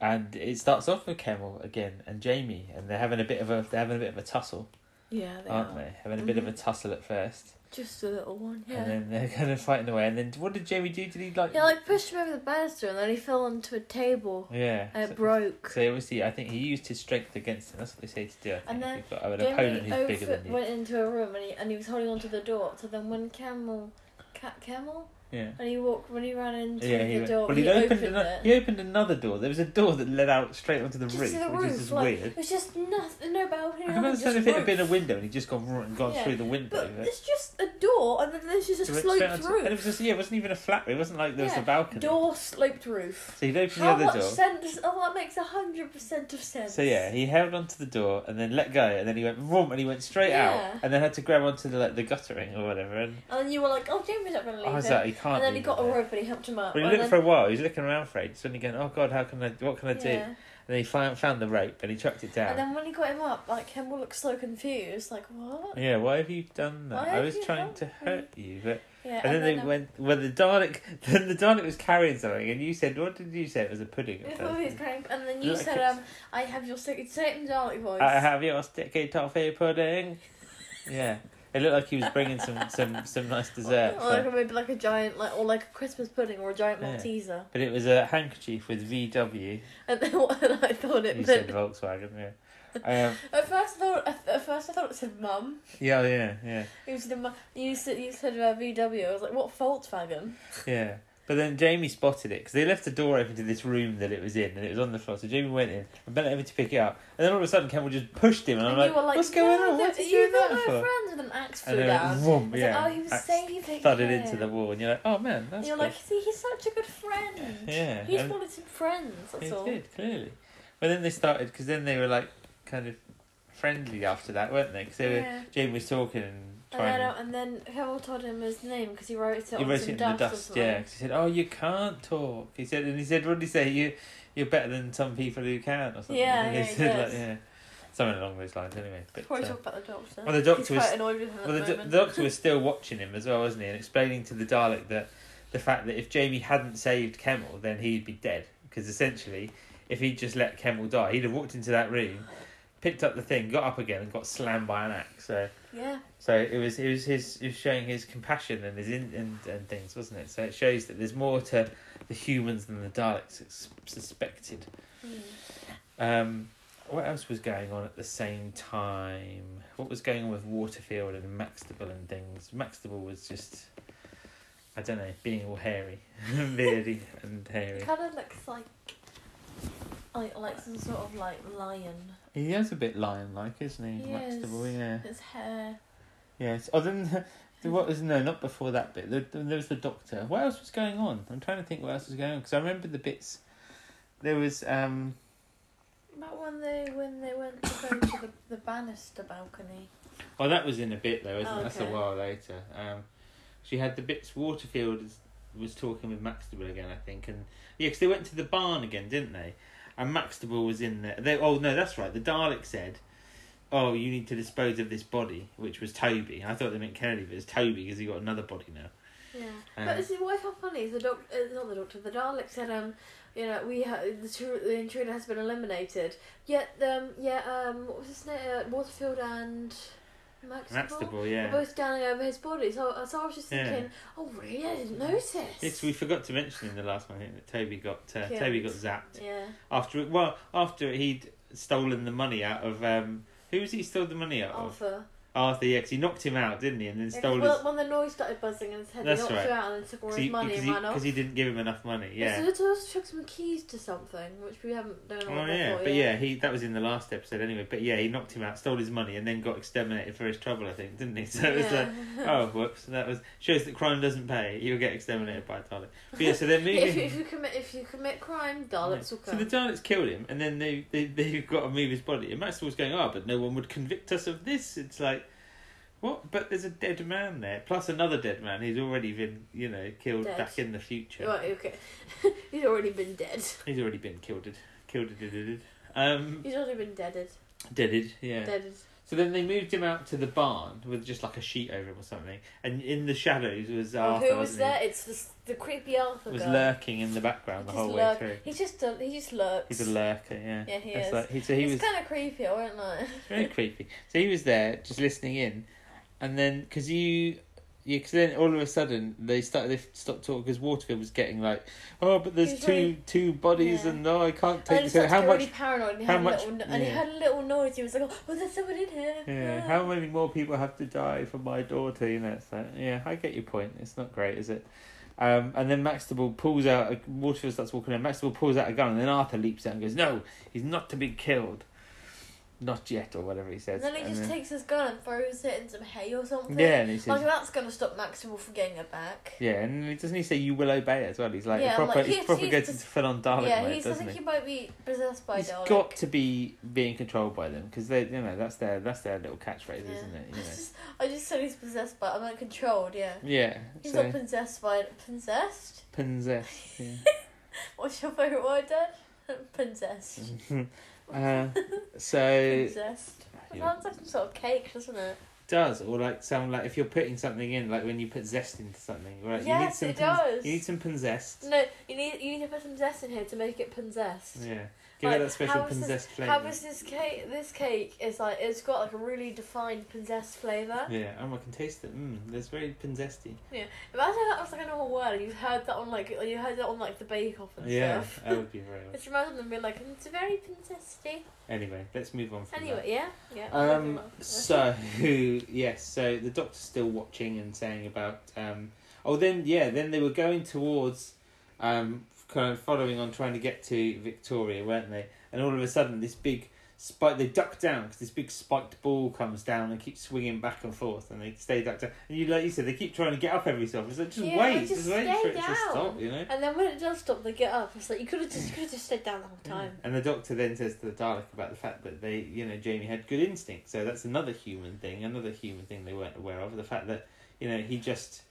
S2: and it starts off with Kemmel again and Jamie, and they're having a bit of a they're having a bit of a tussle,
S3: Yeah, they
S2: aren't
S3: are.
S2: they? Having a bit of a
S3: Mhm.
S2: tussle at first,
S3: Just a little one, yeah.
S2: and then they're kind of fighting away. And then what did Jamie do? Did he like?
S3: yeah, like pushed him over the banister and then he fell onto a table
S2: Yeah.
S3: and
S2: so,
S3: it broke.
S2: so obviously, I think he used his strength against him. That's what they say to do. I think.
S3: And then
S2: if you've got an
S3: Jamie
S2: opponent who's bigger
S3: Overfoot
S2: than you.
S3: went into a room and he, and he was holding onto the door. So then when Camel, Cat Camel,
S2: Yeah.
S3: when he walked, when he ran into
S2: Yeah, he,
S3: the
S2: went-
S3: door,
S2: well,
S3: he,
S2: he'd
S3: opened,
S2: ano-
S3: it.
S2: he opened another door. There was a door that led out straight onto the
S3: Just
S2: roof,
S3: to the
S2: which
S3: roof,
S2: is just
S3: like,
S2: weird.
S3: It's just nothing, no balcony.
S2: I can understand if
S3: just
S2: it had been a
S3: roof.
S2: window and he'd just gone and gone
S3: Yeah,
S2: through the window.
S3: But
S2: but
S3: it's just a door and then there's just
S2: it
S3: a
S2: went straight
S3: sloped
S2: onto-
S3: roof.
S2: And it was just yeah, it wasn't even a flat roof. It wasn't like there was
S3: Yeah,
S2: a balcony.
S3: Door sloped roof.
S2: So he'd opened
S3: How
S2: the
S3: much
S2: other door.
S3: sense? Oh, that makes hundred percent of sense.
S2: So yeah, he held onto the door and then let go, and then he went vroom, and he went straight
S3: Yeah.
S2: out, and then had to grab onto the like the guttering or whatever. And
S3: And then you were like, "Oh, Jamie's not going to leave."
S2: I was
S3: him.
S2: like, he can't.
S3: and then he
S2: leave
S3: got
S2: it
S3: a
S2: there.
S3: rope and he helped him up.
S2: Well, he
S3: and
S2: looked for
S3: then,
S2: a while. He was looking around for it. He's suddenly going, "Oh God, how can I? What can I do?"
S3: yeah.
S2: And then he found found the rope and he chucked it down.
S3: And then when he got him up, like Kemble looked so confused, like what?
S2: yeah, why have you done that?
S3: Why
S2: I
S3: have
S2: was
S3: you
S2: trying
S3: helped
S2: to
S3: me?
S2: hurt you, but
S3: Yeah.
S2: and, then, they
S3: um,
S2: went. Well, the Dalek, then the Dalek was carrying something, and you said, "What did you say? It was a pudding." or
S3: It was
S2: something.
S3: always kind of- and then you
S2: Look,
S3: said,
S2: it's-
S3: um, "I have your stick." Say it in Dalek voice.
S2: I have your sticky toffee pudding. yeah, it looked like he was bringing some some some nice dessert.
S3: Or like
S2: for-
S3: a- maybe like a giant, like or like a Christmas pudding or a giant
S2: uh, Yeah.
S3: Malteser.
S2: but it was a handkerchief with VW.
S3: And then what and I thought
S2: You
S3: it
S2: said
S3: meant.
S2: Volkswagen, yeah. Um,
S3: At first, I thought at- at first I thought it said mum.
S2: yeah, oh, yeah, yeah.
S3: It was the mu- you said you said uh, VW. I was like, what Volkswagen?
S2: Yeah. But then Jamie spotted it because they left the door open to this room that it was in and it was on the floor. So Jamie went in and bent over to pick it up. And then all of a sudden, Campbell just pushed him. And,
S3: And
S2: I'm
S3: you
S2: like,
S3: were like,
S2: what's going
S3: no,
S2: on? What's he
S3: you
S2: doing that
S3: were
S2: for?
S3: friends with an axe flew
S2: And then
S3: down.
S2: it went,
S3: I
S2: "Vroom,"
S3: was
S2: yeah.
S3: like, oh, he was
S2: axe
S3: saving
S2: thudded
S3: him.
S2: into the wall. And you're like, oh man,
S3: And
S2: that's
S3: you're
S2: cool."
S3: like, see, he's such a good friend.
S2: Yeah,
S3: He just
S2: and-
S3: wanted some friends, that's
S2: He
S3: all.
S2: did, clearly. But then they started, because then they were like kind of friendly after that, weren't they? Because
S3: Yeah.
S2: Jamie was talking and
S3: And
S2: trying
S3: then,
S2: to
S3: uh, and then Hamill told him his name because he wrote it
S2: He
S3: on
S2: wrote it
S3: some
S2: in the
S3: dust, or
S2: dust,
S3: something.
S2: yeah. 'cause he said, "Oh, you can't talk." He said, and he said, "What did he say? You, you're better than some people who can," or something.
S3: Yeah,
S2: and
S3: yeah,
S2: he
S3: he
S2: said,
S3: does.
S2: yeah, something along those lines. Anyway, but
S3: Before we
S2: uh,
S3: talk about the doctor.
S2: well, the doctor
S3: he's
S2: was-
S3: quite annoyed with him at
S2: well, the,
S3: the
S2: do-
S3: moment.
S2: the doctor was still watching him as well, wasn't he? And explaining to the Dalek that the fact that if Jamie hadn't saved Kemmel, then he'd be dead. Because essentially, if he'd just let Kemmel die, he'd have walked into that room, picked up the thing, got up again, and got slammed by an axe. So.
S3: yeah.
S2: So it was it was his it was showing his compassion and his in, and, and things, wasn't it? So it shows that there's more to the humans than the Daleks sus- suspected.
S3: Mm.
S2: Hmm. Um, what else was going on at the same time? What was going on with Waterfield and Maxtable and things? Maxtable was just I don't know, being all hairy, beardy and
S3: He
S2: hairy.
S3: kind of looks like, like, like some sort of like lion.
S2: He is a bit lion-like, isn't he?
S3: He
S2: Maxtable,
S3: is.
S2: yeah,
S3: His hair.
S2: yes. Other than So What was no, not before that bit. There, there was the doctor. What else was going on? I'm trying to think what else was going on because I remember the bits. There was um
S3: About when they when they went to go to the, the banister balcony.
S2: oh that was in a bit though, isn't it? That's a
S3: Oh, Okay.
S2: while later. Um, she had the bits. Waterfield is, was talking with Maxtable again, I think, and yeah, because they went to the barn again, didn't they? And Maxtable was in there. They oh no, that's right. The Dalek said, "Oh, you need to dispose of this body," which was Toby. I thought they meant Kennedy, but it's Toby because he got another body now.
S3: Yeah.
S2: Um,
S3: but see, why how funny is the doctor? Uh, not the doctor. The Dalek said, um, you know, we ha- the, tru- the intruder has been eliminated. Yet, um, yeah, um, what was his name? Uh, Waterfield and
S2: That's the
S3: Maxtable
S2: ball,
S3: were
S2: yeah.
S3: both standing over his body. So, uh, so I was just
S2: Yeah.
S3: thinking, oh really? I didn't notice.
S2: It's, we forgot to mention in the last one I think, that Toby got uh,
S3: Killed.
S2: Toby got zapped
S3: yeah,
S2: after well after he'd stolen the money out of um who was he stole the money out of
S3: Arthur.
S2: Arthur yeah 'cause he knocked him out didn't he and then
S3: Yeah, 'cause
S2: stole
S3: well,
S2: his
S3: when the noise started buzzing in his head,
S2: That's
S3: he knocked
S2: right.
S3: you out and then took all
S2: because
S3: his
S2: he,
S3: money
S2: because
S3: and
S2: he,
S3: ran off.
S2: 'cause he didn't give him enough money yeah
S3: So it also took some keys to something, which we haven't done.
S2: Oh yeah, but yeah, he that was in the last episode anyway. But yeah, he knocked him out, stole his money, and then got exterminated for his trouble. I think, didn't he? So it's like, oh whoops, that was shows that crime doesn't pay. You'll get exterminated by a Dalek. But yeah, so they're
S3: if, you,
S2: moving.
S3: if you commit if you commit crime, Daleks will
S2: So the
S3: come.
S2: Daleks killed him, and then they they they've got to move his body. And Maxwell's going, oh, but no one would convict us of this. It's like, what? But there's a dead man there, plus another dead man who's already been you know killed
S3: Dead.
S2: back in the future.
S3: Right, okay. He's already been dead.
S2: He's already been killed. Killed. Um,
S3: He's already been deaded.
S2: deaded. Yeah.
S3: Deaded.
S2: So then they moved him out to the barn with just like a sheet over him or something, and in the shadows was
S3: Oh,
S2: Arthur.
S3: who was
S2: wasn't
S3: there? It's the, the creepy Arthur
S2: He? Was
S3: guy.
S2: lurking in the background the
S3: Just
S2: whole
S3: lurk-
S2: way through.
S3: He just do- he just lurks.
S2: He's a lurker, yeah.
S3: Yeah, he
S2: It's
S3: is.
S2: like- he- so he
S3: it's
S2: was
S3: kind of creepy, I won't lie.
S2: very creepy. So he was there just listening in, and then because you. Yeah, because then all of a sudden they started. They stopped talking because Waterfield was getting like, oh, but there's
S3: He's
S2: two
S3: very-
S2: two bodies
S3: yeah.
S2: and no, I can't
S3: and
S2: take
S3: he
S2: this. So
S3: started
S2: How
S3: to get
S2: much?
S3: really paranoid and he,
S2: how
S3: had a
S2: much-
S3: little, no- and he
S2: yeah.
S3: heard a little noise. He was like, oh, there's someone in here.
S2: Yeah,
S3: Ah.
S2: how many more people have to die for my daughter? You know, it's like, yeah, I get your point. It's not great, is it? Um, and then Maxtable pulls out, a, Waterfield starts walking in, Maxtable pulls out a gun, and then Arthur leaps out and goes, No, he's not to be killed. Not yet, or whatever he says.
S3: And then he just takes his gun and throws it in some hay or something.
S2: Yeah, and he says,
S3: Like, that's going to stop Maxwell from getting it back.
S2: Yeah, and he- doesn't he say, You will obey as well? He's like,
S3: Yeah, I'm
S2: proper,
S3: like,
S2: he's,
S3: he's-
S2: proper
S3: he's
S2: goes
S3: just-
S2: into full on Dalek
S3: yeah,
S2: mode,
S3: he's, I
S2: doesn't
S3: think
S2: he?
S3: he might be possessed by
S2: He's
S3: Dalek.
S2: got to be being controlled by them because they, you know, that's their that's their little catchphrase,
S3: Yeah.
S2: isn't it? You
S3: I
S2: know.
S3: just- I just said he's possessed by. I'm like controlled. Yeah.
S2: Yeah,
S3: He's
S2: so
S3: not possessed by possessed.
S2: possessed. Yeah.
S3: What's your favorite word, Dad? possessed.
S2: Uh, so
S3: possessed. That
S2: yeah,
S3: sounds like some sort of cake, doesn't it?
S2: it does or like sound like if you're putting something in, like when you put zest into something, right?
S3: Yes,
S2: you need
S3: it
S2: some pin-
S3: does.
S2: You need some pinzest.
S3: No, you need you need to put some zest in here to make it possessed.
S2: Yeah, give
S3: Like,
S2: it that special
S3: how is
S2: pinzest
S3: this-
S2: flavour.
S3: How is this cake? This cake is like it's got like a really defined possessed flavor.
S2: yeah, oh, I can taste it. Mm, that's very pinzesty.
S3: Imagine that was like a normal word. and You've heard that on like you heard that on like the Bake Off and
S2: Yeah,
S3: stuff.
S2: that would be very.
S3: Just imagine them being like it's very possessed.
S2: Anyway, let's move on from
S3: Anyway, yeah, yeah.
S2: that. Um. So yes, so the doctor's still watching and saying about. Um, oh, then yeah, then they were going towards, um, kind of following on trying to get to Victoria, weren't they? And all of a sudden, this big spike. They duck down because this big spiked ball comes down and keeps swinging back and forth, and they stay ducked down. And you like you said, they keep trying to get up every so often. It's like just
S3: Yeah,
S2: wait,
S3: just
S2: just, wait
S3: stay
S2: for it to
S3: down.
S2: stop. You know.
S3: and then when it does stop, they get up. It's like you could have just could have just stayed down the whole time.
S2: And the doctor then says to the Dalek about the fact that they, you know, Jamie had good instincts. So that's another human thing, another human thing they weren't aware of. The fact that, you know, he just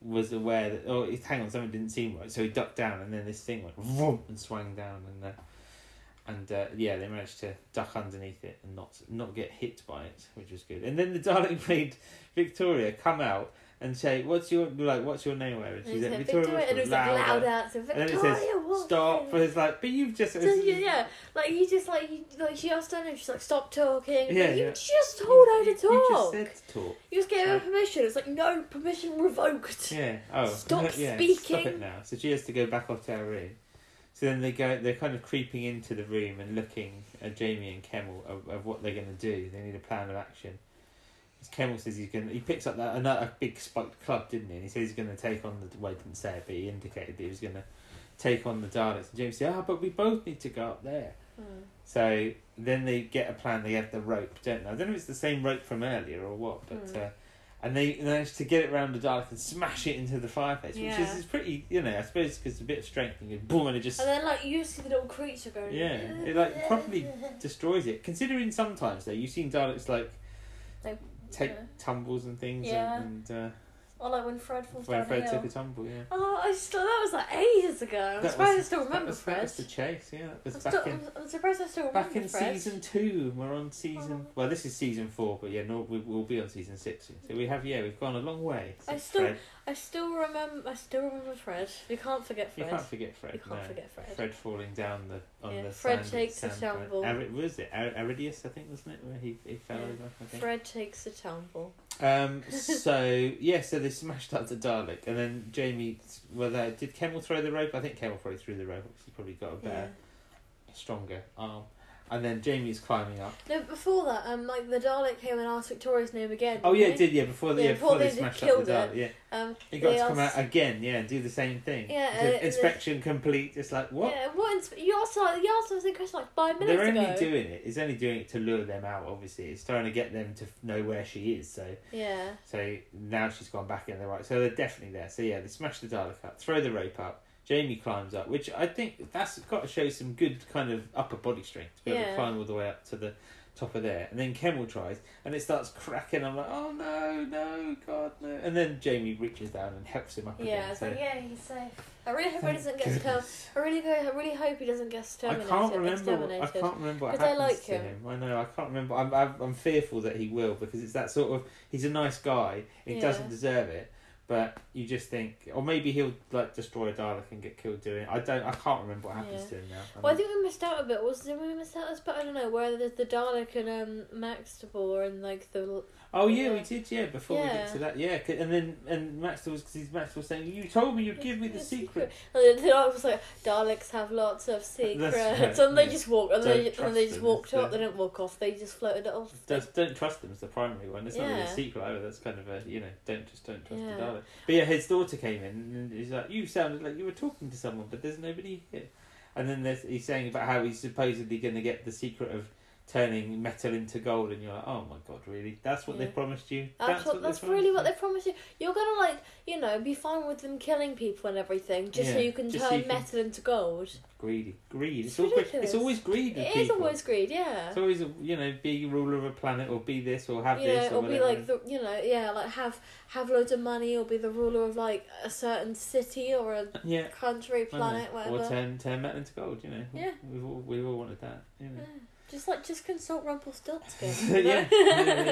S2: was aware that, oh, it- hang on, something didn't seem right. So he ducked down and then this thing went vroom and swung down and, uh, and uh, yeah, they managed to duck underneath it and not not get hit by it, which was good. And then the Dalek made Victoria come out and say, "What's your like? What's your name?" Whatever.
S3: And
S2: She
S3: he's
S2: said,
S3: like,
S2: "Victoria."
S3: Victoria, and it was
S2: Woodford,"
S3: like loud
S2: louder.
S3: answer.
S2: And then
S3: Victoria,
S2: it says,
S3: Woodford."
S2: "Stop!" But it's like, but you've just
S3: So, yeah, yeah, like he just like he, like she asked him, she's like, stop talking. Like,
S2: Yeah,
S3: you
S2: yeah.
S3: just told her to
S2: You- You just
S3: talk. You
S2: said to talk.
S3: just gave her
S2: Right.
S3: permission. It's like no permission revoked.
S2: Yeah. Oh.
S3: Stop
S2: yeah, Stop it
S3: speaking.
S2: now. So she has to go back off to her room. So then they go. They're kind of creeping into the room and looking at Jamie and Kemmel of, of what they're going to do. They need a plan of action. 'Cause Kemmel says he's going. to He picks up that another big spiked club, didn't he? And he says he's going to take on the. Well, he didn't say it, but he indicated that he was going to take on the Daleks. And Jamie said, "Ah, but we both need to go up there."
S3: Mm.
S2: So then they get a plan. They have the rope, don't they? I don't know if it's the same rope from earlier or what, but
S3: Hmm.
S2: uh, and they manage to get it round the Dalek and smash it into the fireplace, which is,
S3: Yeah.
S2: is pretty. You know, I suppose because a bit of strength and you go boom, and it just
S3: And then like you see the little creature going.
S2: Yeah, it, like, probably destroys it. Considering sometimes though, you've seen Daleks like
S3: They-
S2: take
S3: yeah.
S2: tumbles and things,
S3: Yeah.
S2: and, and uh,
S3: Or like when Fred falls
S2: When
S3: down
S2: Fred
S3: the hill.
S2: took a tumble, yeah.
S3: Oh, I still, that was like ages ago. I'm
S2: That
S3: surprised
S2: was-
S3: I still
S2: that
S3: remember
S2: was,
S3: Fred.
S2: That was the chase, yeah. It was
S3: I'm,
S2: back
S3: still,
S2: in
S3: I'm, I'm surprised I still remember
S2: Back in
S3: Fred.
S2: season two, we're on season.
S3: Oh.
S2: Well, this is season four, but yeah, no, we, we'll be on season six. soon. So we have, yeah, we've gone a long way.
S3: I
S2: since
S3: still-
S2: Fred.
S3: I still remember. I still remember Fred. You can't forget
S2: You
S3: Fred.
S2: can't forget Fred.
S3: You can't
S2: no.
S3: forget Fred.
S2: Fred falling down the on
S3: Yeah,
S2: the
S3: Fred
S2: sand,
S3: takes the
S2: sand
S3: sound
S2: pile.
S3: ball.
S2: Ari- what is it Ar- Aridius? I think wasn't it where he, he fell
S3: Yeah.
S2: over. I think.
S3: Fred takes the tumble.
S2: Um. So yeah. So they smashed up the Dalek, and then Jamie. Well, they, did Kemmel throw the rope? I think Kemmel probably threw the rope. 'cause He's probably got a
S3: Yeah.
S2: better, stronger arm. And then Jamie's climbing up.
S3: No, before that, um, like the Dalek came and asked Victoria's name again.
S2: Oh yeah,
S3: didn't
S2: it did yeah before the
S3: Yeah,
S2: yeah,
S3: before
S2: before they
S3: they
S2: smashed up
S3: killed
S2: the
S3: it.
S2: Dalek. Yeah.
S3: they? Um,
S2: He got
S3: They
S2: to come out
S3: asked-
S2: again, yeah, and do the same thing.
S3: Yeah,
S2: It's
S3: uh,
S2: an
S3: and
S2: inspection complete. It's like what?
S3: yeah. What? Ins- you asked like, you asked us the question like five minutes
S2: They're only
S3: ago.
S2: doing it. It's only doing it to lure them out. Obviously, it's trying to get them to f- know where she is. So,
S3: yeah.
S2: so now she's gone back in the right. So they're definitely there. So yeah, they smash the Dalek up, throw the rope up. Jamie climbs up, which I think that's got to show some good kind of upper body strength to be able to
S3: Yeah.
S2: climb all the way up to the top of there. And then Kemmel tries, and it starts cracking. I'm like, oh no, no, God, no! And then Jamie reaches down and helps him up
S3: Yeah, I
S2: again.
S3: was
S2: So.
S3: like, yeah, he's safe. I really hope he
S2: Thank
S3: doesn't get term-
S2: goodness.
S3: I really, go- I really hope he doesn't get
S2: I
S3: terminated.
S2: can't remember. What, I
S3: exterminated.
S2: can't remember what
S3: But I
S2: happens
S3: like
S2: to him. I know. I can't remember. I'm, I'm. I'm fearful that he will because it's that sort of. He's a nice guy. He
S3: Yeah.
S2: doesn't deserve it, but you just think, or maybe he'll like destroy a Dalek and get killed doing. it. I don't. I can't remember what happens
S3: Yeah.
S2: to him now.
S3: Well, I think we missed out a bit. Was did we miss out? But I don't know where the, the Dalek and um, Maxtable are in like the
S2: oh yeah, we
S3: yeah.
S2: did. Yeah, before we get
S3: Yeah.
S2: to that. Yeah, 'cause- and then and Max was because he's Max was saying, "You told me you'd give me the secret."
S3: And the Dalek was like, Daleks have lots of secrets,
S2: right,
S3: and they
S2: yeah.
S3: just walked, and
S2: Don't
S3: they, and they
S2: trust
S3: just
S2: them,
S3: walked
S2: yeah.
S3: off. They didn't walk off. They just floated it off.
S2: Don't, don't trust them is the primary one. It's not really a
S3: Yeah.
S2: secret either. That's kind of a you know don't just don't trust
S3: Yeah.
S2: the darling. But yeah, his daughter came in and he's like, "You sounded like you were talking to someone, but there's nobody here." And then there's, he's saying about how he's supposedly going to get the secret of turning metal into gold, and you're like, "Oh my god, really? That's what they
S3: Yeah.
S2: promised you?
S3: That's, what,
S2: they
S3: that's really what
S2: promised
S3: they promised you. You're gonna like, you know, be fine with them killing people and everything, just so
S2: Yeah,
S3: you can
S2: just so
S3: turn
S2: you can-
S3: metal into gold.
S2: you? Greedy, greed. It's,
S3: It's
S2: all greed. It's
S3: ridiculous.
S2: always greed.
S3: It
S2: with
S3: is
S2: people.
S3: always greed, yeah.
S2: It's always a, you know be ruler of a planet or be this or have
S3: you
S2: this
S3: know,
S2: or
S3: or be
S2: whatever.
S3: like the, you know, yeah, like have have loads of money, or be the ruler of like a certain city or a
S2: yeah.
S3: country,
S2: I don't know.
S3: planet,
S2: Or
S3: whatever.
S2: turn turn metal into gold. You know.
S3: Yeah.
S2: We've all we've all wanted that. You know.
S3: Yeah. Just like just consult Rumpelstiltskin.
S2: yeah,
S3: you know?
S2: yeah,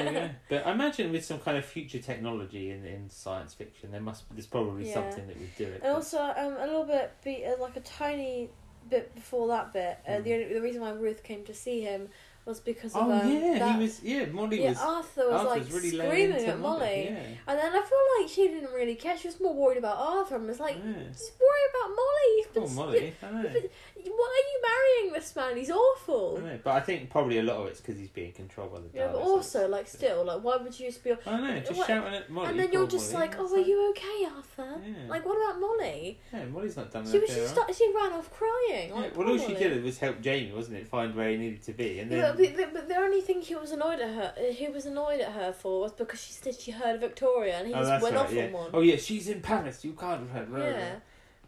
S2: yeah, yeah. But I imagine with some kind of future technology in, in science fiction, there must there's probably
S3: Yeah.
S2: something that would do it.
S3: And also, um, a little bit, be, uh, like a tiny bit before that bit, uh, the only, the reason why Ruth came to see him was because of
S2: Hmm. oh
S3: um,
S2: yeah,
S3: that,
S2: he was yeah. Molly
S3: yeah,
S2: was
S3: Arthur was
S2: Arthur's
S3: like
S2: really laying
S3: screaming
S2: into
S3: at Molly,
S2: Yeah.
S3: and then I feel like she didn't really care. She was more worried about Arthur, and was like,
S2: Yeah.
S3: "Just worry about Molly. You've been
S2: Hmm. Poor
S3: sp-
S2: Molly. I know.
S3: but- Why are you marrying this man? He's
S2: I
S3: awful."
S2: know. But I oh, think probably a lot of it's because he's being controlled by the
S3: Yeah,
S2: Daleks.
S3: but also, like, still, like, why would you just be?
S2: I know, just
S3: what-
S2: shouting at Molly.
S3: and then you're
S2: poor
S3: just
S2: Molly.
S3: like,
S2: It's
S3: "Oh, are you okay, Arthur?"
S2: Yeah.
S3: Like, what about Molly?
S2: yeah, Molly's not done that.
S3: She was she, start, she ran off crying.
S2: Yeah,
S3: like,
S2: well, all
S3: poor
S2: she
S3: Molly.
S2: did was help Jamie, wasn't it? Find where he needed to be, and then
S3: Yeah, but, but, but the only thing he was annoyed at her, uh, he was annoyed at her for was because she said she heard Victoria and he
S2: oh,
S3: just
S2: that's
S3: went
S2: right,
S3: off
S2: yeah.
S3: on one.
S2: Oh yeah, she's in Paris. You can't have her.
S3: yeah,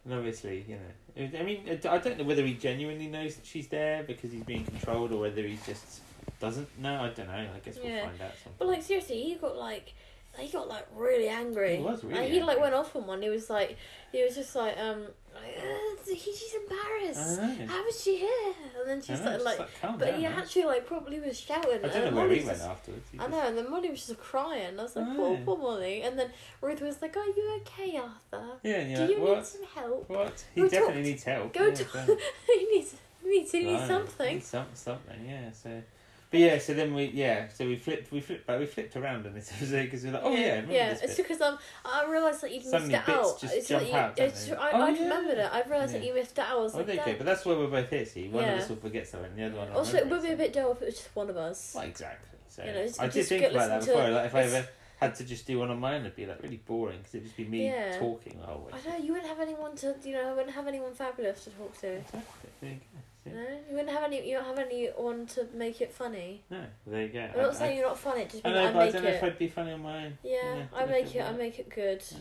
S2: And obviously, you know, I mean, I don't know whether he genuinely knows that she's there because he's being controlled, or whether he just doesn't know. I don't know. I guess we'll
S3: Yeah.
S2: find out. Sometime.
S3: but like seriously, he got like, he got like really angry.
S2: He was really
S3: Like, he like
S2: angry.
S3: went off on one. He was like, he was just like, um, like, "Ugh, he, she's embarrassed.
S2: I know.
S3: How is she here? And then she
S2: Uh, I know,
S3: started
S2: just
S3: like,
S2: calm
S3: but
S2: down,
S3: he
S2: man.
S3: actually like probably was shouting.
S2: I Oh. don't
S3: and
S2: know where
S3: Molly
S2: he went
S3: just-
S2: afterwards. He
S3: I know, and then Molly was just crying. I was like,
S2: I
S3: poor,
S2: know.
S3: poor Molly. And then Ruth was like, "Are you okay, Arthur?
S2: Yeah, and you're
S3: Do
S2: like,
S3: you need
S2: what?
S3: some help?"
S2: What? He
S3: Go
S2: definitely
S3: talk-
S2: needs help.
S3: Go
S2: yeah,
S3: to.
S2: definitely.
S3: he needs. He needs to do
S2: Blimey.
S3: something.
S2: Needs some, something, yeah. So, but yeah, so then we yeah, so we flipped, we flipped, back, we flipped around in this episode because we're like, oh yeah, I remember
S3: yeah.
S2: this
S3: It's
S2: bit.
S3: because um, I realised that you'd
S2: So
S3: missed
S2: many
S3: it
S2: bits
S3: out.
S2: just
S3: it's
S2: jump
S3: that you,
S2: out, don't
S3: it's,
S2: they?
S3: I,
S2: Oh,
S3: I
S2: yeah.
S3: remembered it. I realised that
S2: Yeah.
S3: you missed it out. I was
S2: Oh,
S3: like,
S2: there you go.
S3: that.
S2: But that's why we're both here. See, one
S3: Yeah.
S2: of us will forget something, and the other one. will
S3: Also, it
S2: remember
S3: would be a
S2: so-
S3: bit dull if it was just one of us.
S2: Well, exactly. So
S3: You know, it's-
S2: I
S3: it's
S2: did
S3: just
S2: think
S3: good
S2: about that
S3: listening to
S2: before. Like if I
S3: it's-
S2: ever had to just do one on my own, it'd be like really boring because it'd just be me
S3: Yeah.
S2: talking the whole way.
S3: I don't know. You wouldn't have anyone to. You know, I wouldn't have anyone fabulous to talk to.
S2: Exactly. There you go.
S3: You
S2: See?
S3: know, you wouldn't have any. You don't have anyone to make it funny.
S2: No, there you go.
S3: I'm
S2: I-
S3: not saying
S2: I-
S3: you're not funny. Just
S2: I
S3: mean,
S2: know,
S3: I
S2: but I
S3: make
S2: don't know if
S3: it.
S2: I'd be funny on my own.
S3: Yeah, I
S2: don't know if
S3: make
S2: I'd
S3: it. I
S2: be-
S3: make it good.
S2: Yeah.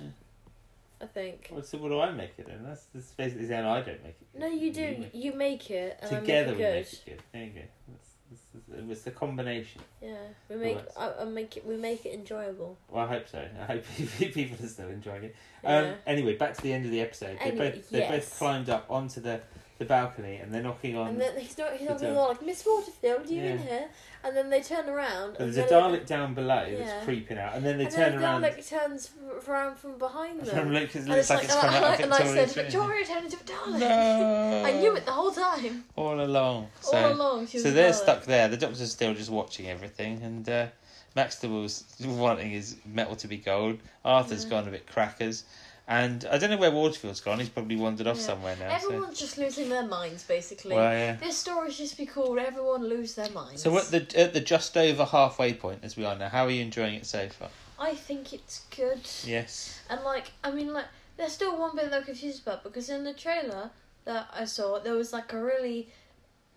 S3: I think.
S2: Well, so what do I make it then? That's, that's basically saying I don't make it.
S3: No, you
S2: make
S3: do.
S2: it.
S3: You make it, and
S2: Together
S3: I
S2: we
S3: make it
S2: make
S3: good.
S2: it good. There you go. That's, that's, that's, It was the combination.
S3: Yeah, we make
S2: that's-
S3: I, I make it. We make it enjoyable.
S2: Well, I hope so. I hope people are still enjoying it.
S3: Yeah.
S2: Um, anyway, back to the end of the episode. They
S3: Anyway,
S2: both they both
S3: yes.
S2: climbed up onto the, the balcony and they're knocking on.
S3: and then he's not. He's
S2: the
S3: not going
S2: Dalek.
S3: like Miss Waterfield. You in
S2: um, Yeah.
S3: here? And then they turn around.
S2: but
S3: and
S2: there's a
S3: then it-
S2: Dalek down below
S3: Yeah.
S2: that's creeping out, and then they
S3: and
S2: turn
S3: then
S2: around.
S3: Dalek turns f- around from behind
S2: and
S3: them.
S2: from Luke, it
S3: and
S2: looks
S3: it's
S2: like
S3: like,
S2: it's
S3: and,
S2: coming out
S3: I,
S2: of
S3: and I said,
S2: Victoria's
S3: Victoria turned into a
S2: room.
S3: Dalek.
S2: No.
S3: I knew it the whole time.
S2: all along. So,
S3: All along, she was
S2: so
S3: a
S2: they're
S3: Dalek.
S2: stuck there. The Doctor's still just watching everything, and uh, Maxtable's wanting his metal to be gold. Arthur's
S3: Yeah.
S2: gone a bit crackers, and I don't know where Waterfield's gone. He's probably wandered off
S3: Yeah.
S2: somewhere now. so.
S3: Everyone's just losing their minds, basically.
S2: Well, yeah.
S3: This story should just be called "Everyone Lose Their Minds."
S2: So at the at the just over halfway point as we are now, how are you enjoying it so far?
S3: I think it's good.
S2: Yes.
S3: And like, I mean, like, there's still one bit that I'm confused about because in the trailer that I saw, there was like a really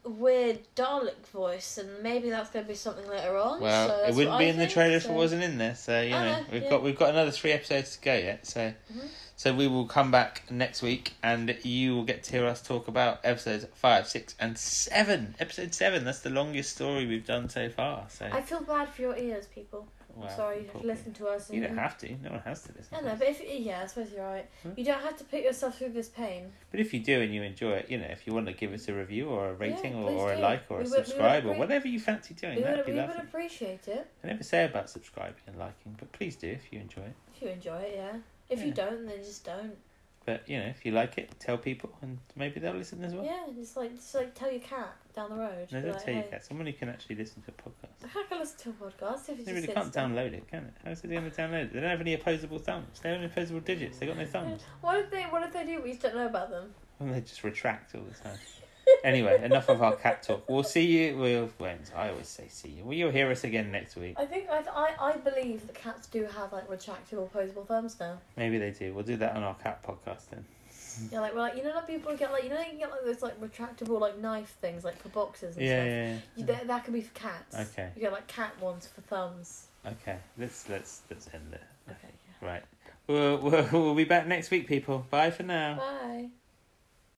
S3: weird Dalek voice, and maybe that's going to be something later on.
S2: Well,
S3: so that's
S2: it wouldn't
S3: what
S2: be
S3: I
S2: in the
S3: think,
S2: trailer if
S3: so-
S2: it wasn't in there. So you
S3: I
S2: know,
S3: know,
S2: we've
S3: yeah.
S2: got we've got another three episodes to go yet. So
S3: Mhm.
S2: so we will come back next week, and you will get to hear us talk about episodes five, six, and seven. Episode seven. That's the longest story we've done so far. So
S3: I feel bad for your ears, people.
S2: well,
S3: I'm sorry you have
S2: probably-
S3: listened to us. And
S2: You don't have to. No one has to listen.
S3: I
S2: to
S3: know,
S2: us.
S3: but if yeah, I suppose you're right.
S2: Hmm?
S3: You don't have to put yourself through this pain.
S2: But if you do and you enjoy it, you know, if you want to give us a review or a rating or,
S3: please
S2: or a
S3: do.
S2: like or a
S3: We would- we would
S2: subscribe or
S3: appre-
S2: whatever you fancy doing,
S3: We
S2: that'd
S3: would,
S2: be
S3: we
S2: lovely.
S3: would appreciate it
S2: I never say about subscribing and liking, but please do if you enjoy it.
S3: if you enjoy it. Yeah. If you
S2: Yeah.
S3: don't, then just don't.
S2: But you know, if you like it, tell people, and maybe they'll listen as well.
S3: Yeah, it's like just like tell your cat down the road.
S2: no,
S3: be
S2: don't
S3: like,
S2: tell you
S3: "Hey,
S2: that. Someone who can actually listen to podcasts.
S3: I can't go listen to a podcast if it's
S2: They
S3: just
S2: really
S3: sits
S2: can't
S3: there.
S2: download it, can it? How's it going to download it? They don't have any opposable thumbs. They don't have any opposable digits. They got no thumbs.
S3: What did they What did they do? We just don't know about them.
S2: And they just retract all the time. Anyway, enough of our cat talk. We'll see you. We'll, when I always say see you. Well, you'll hear us again next week.
S3: I think I, I I believe that cats do have like retractable opposable thumbs now.
S2: Maybe they do. We'll do that on our cat podcast then.
S3: Yeah, like well, like you know, like people get like you know you can get like those like retractable like knife things like for boxes and
S2: Yeah,
S3: stuff.
S2: yeah,
S3: You,
S2: yeah.
S3: that, that could be for cats.
S2: Okay.
S3: You get like cat ones for thumbs.
S2: Okay. Let's let's let's end it.
S3: Okay.
S2: Right. We'll, we'll, we'll be back next week, people. Bye for now.
S3: Bye.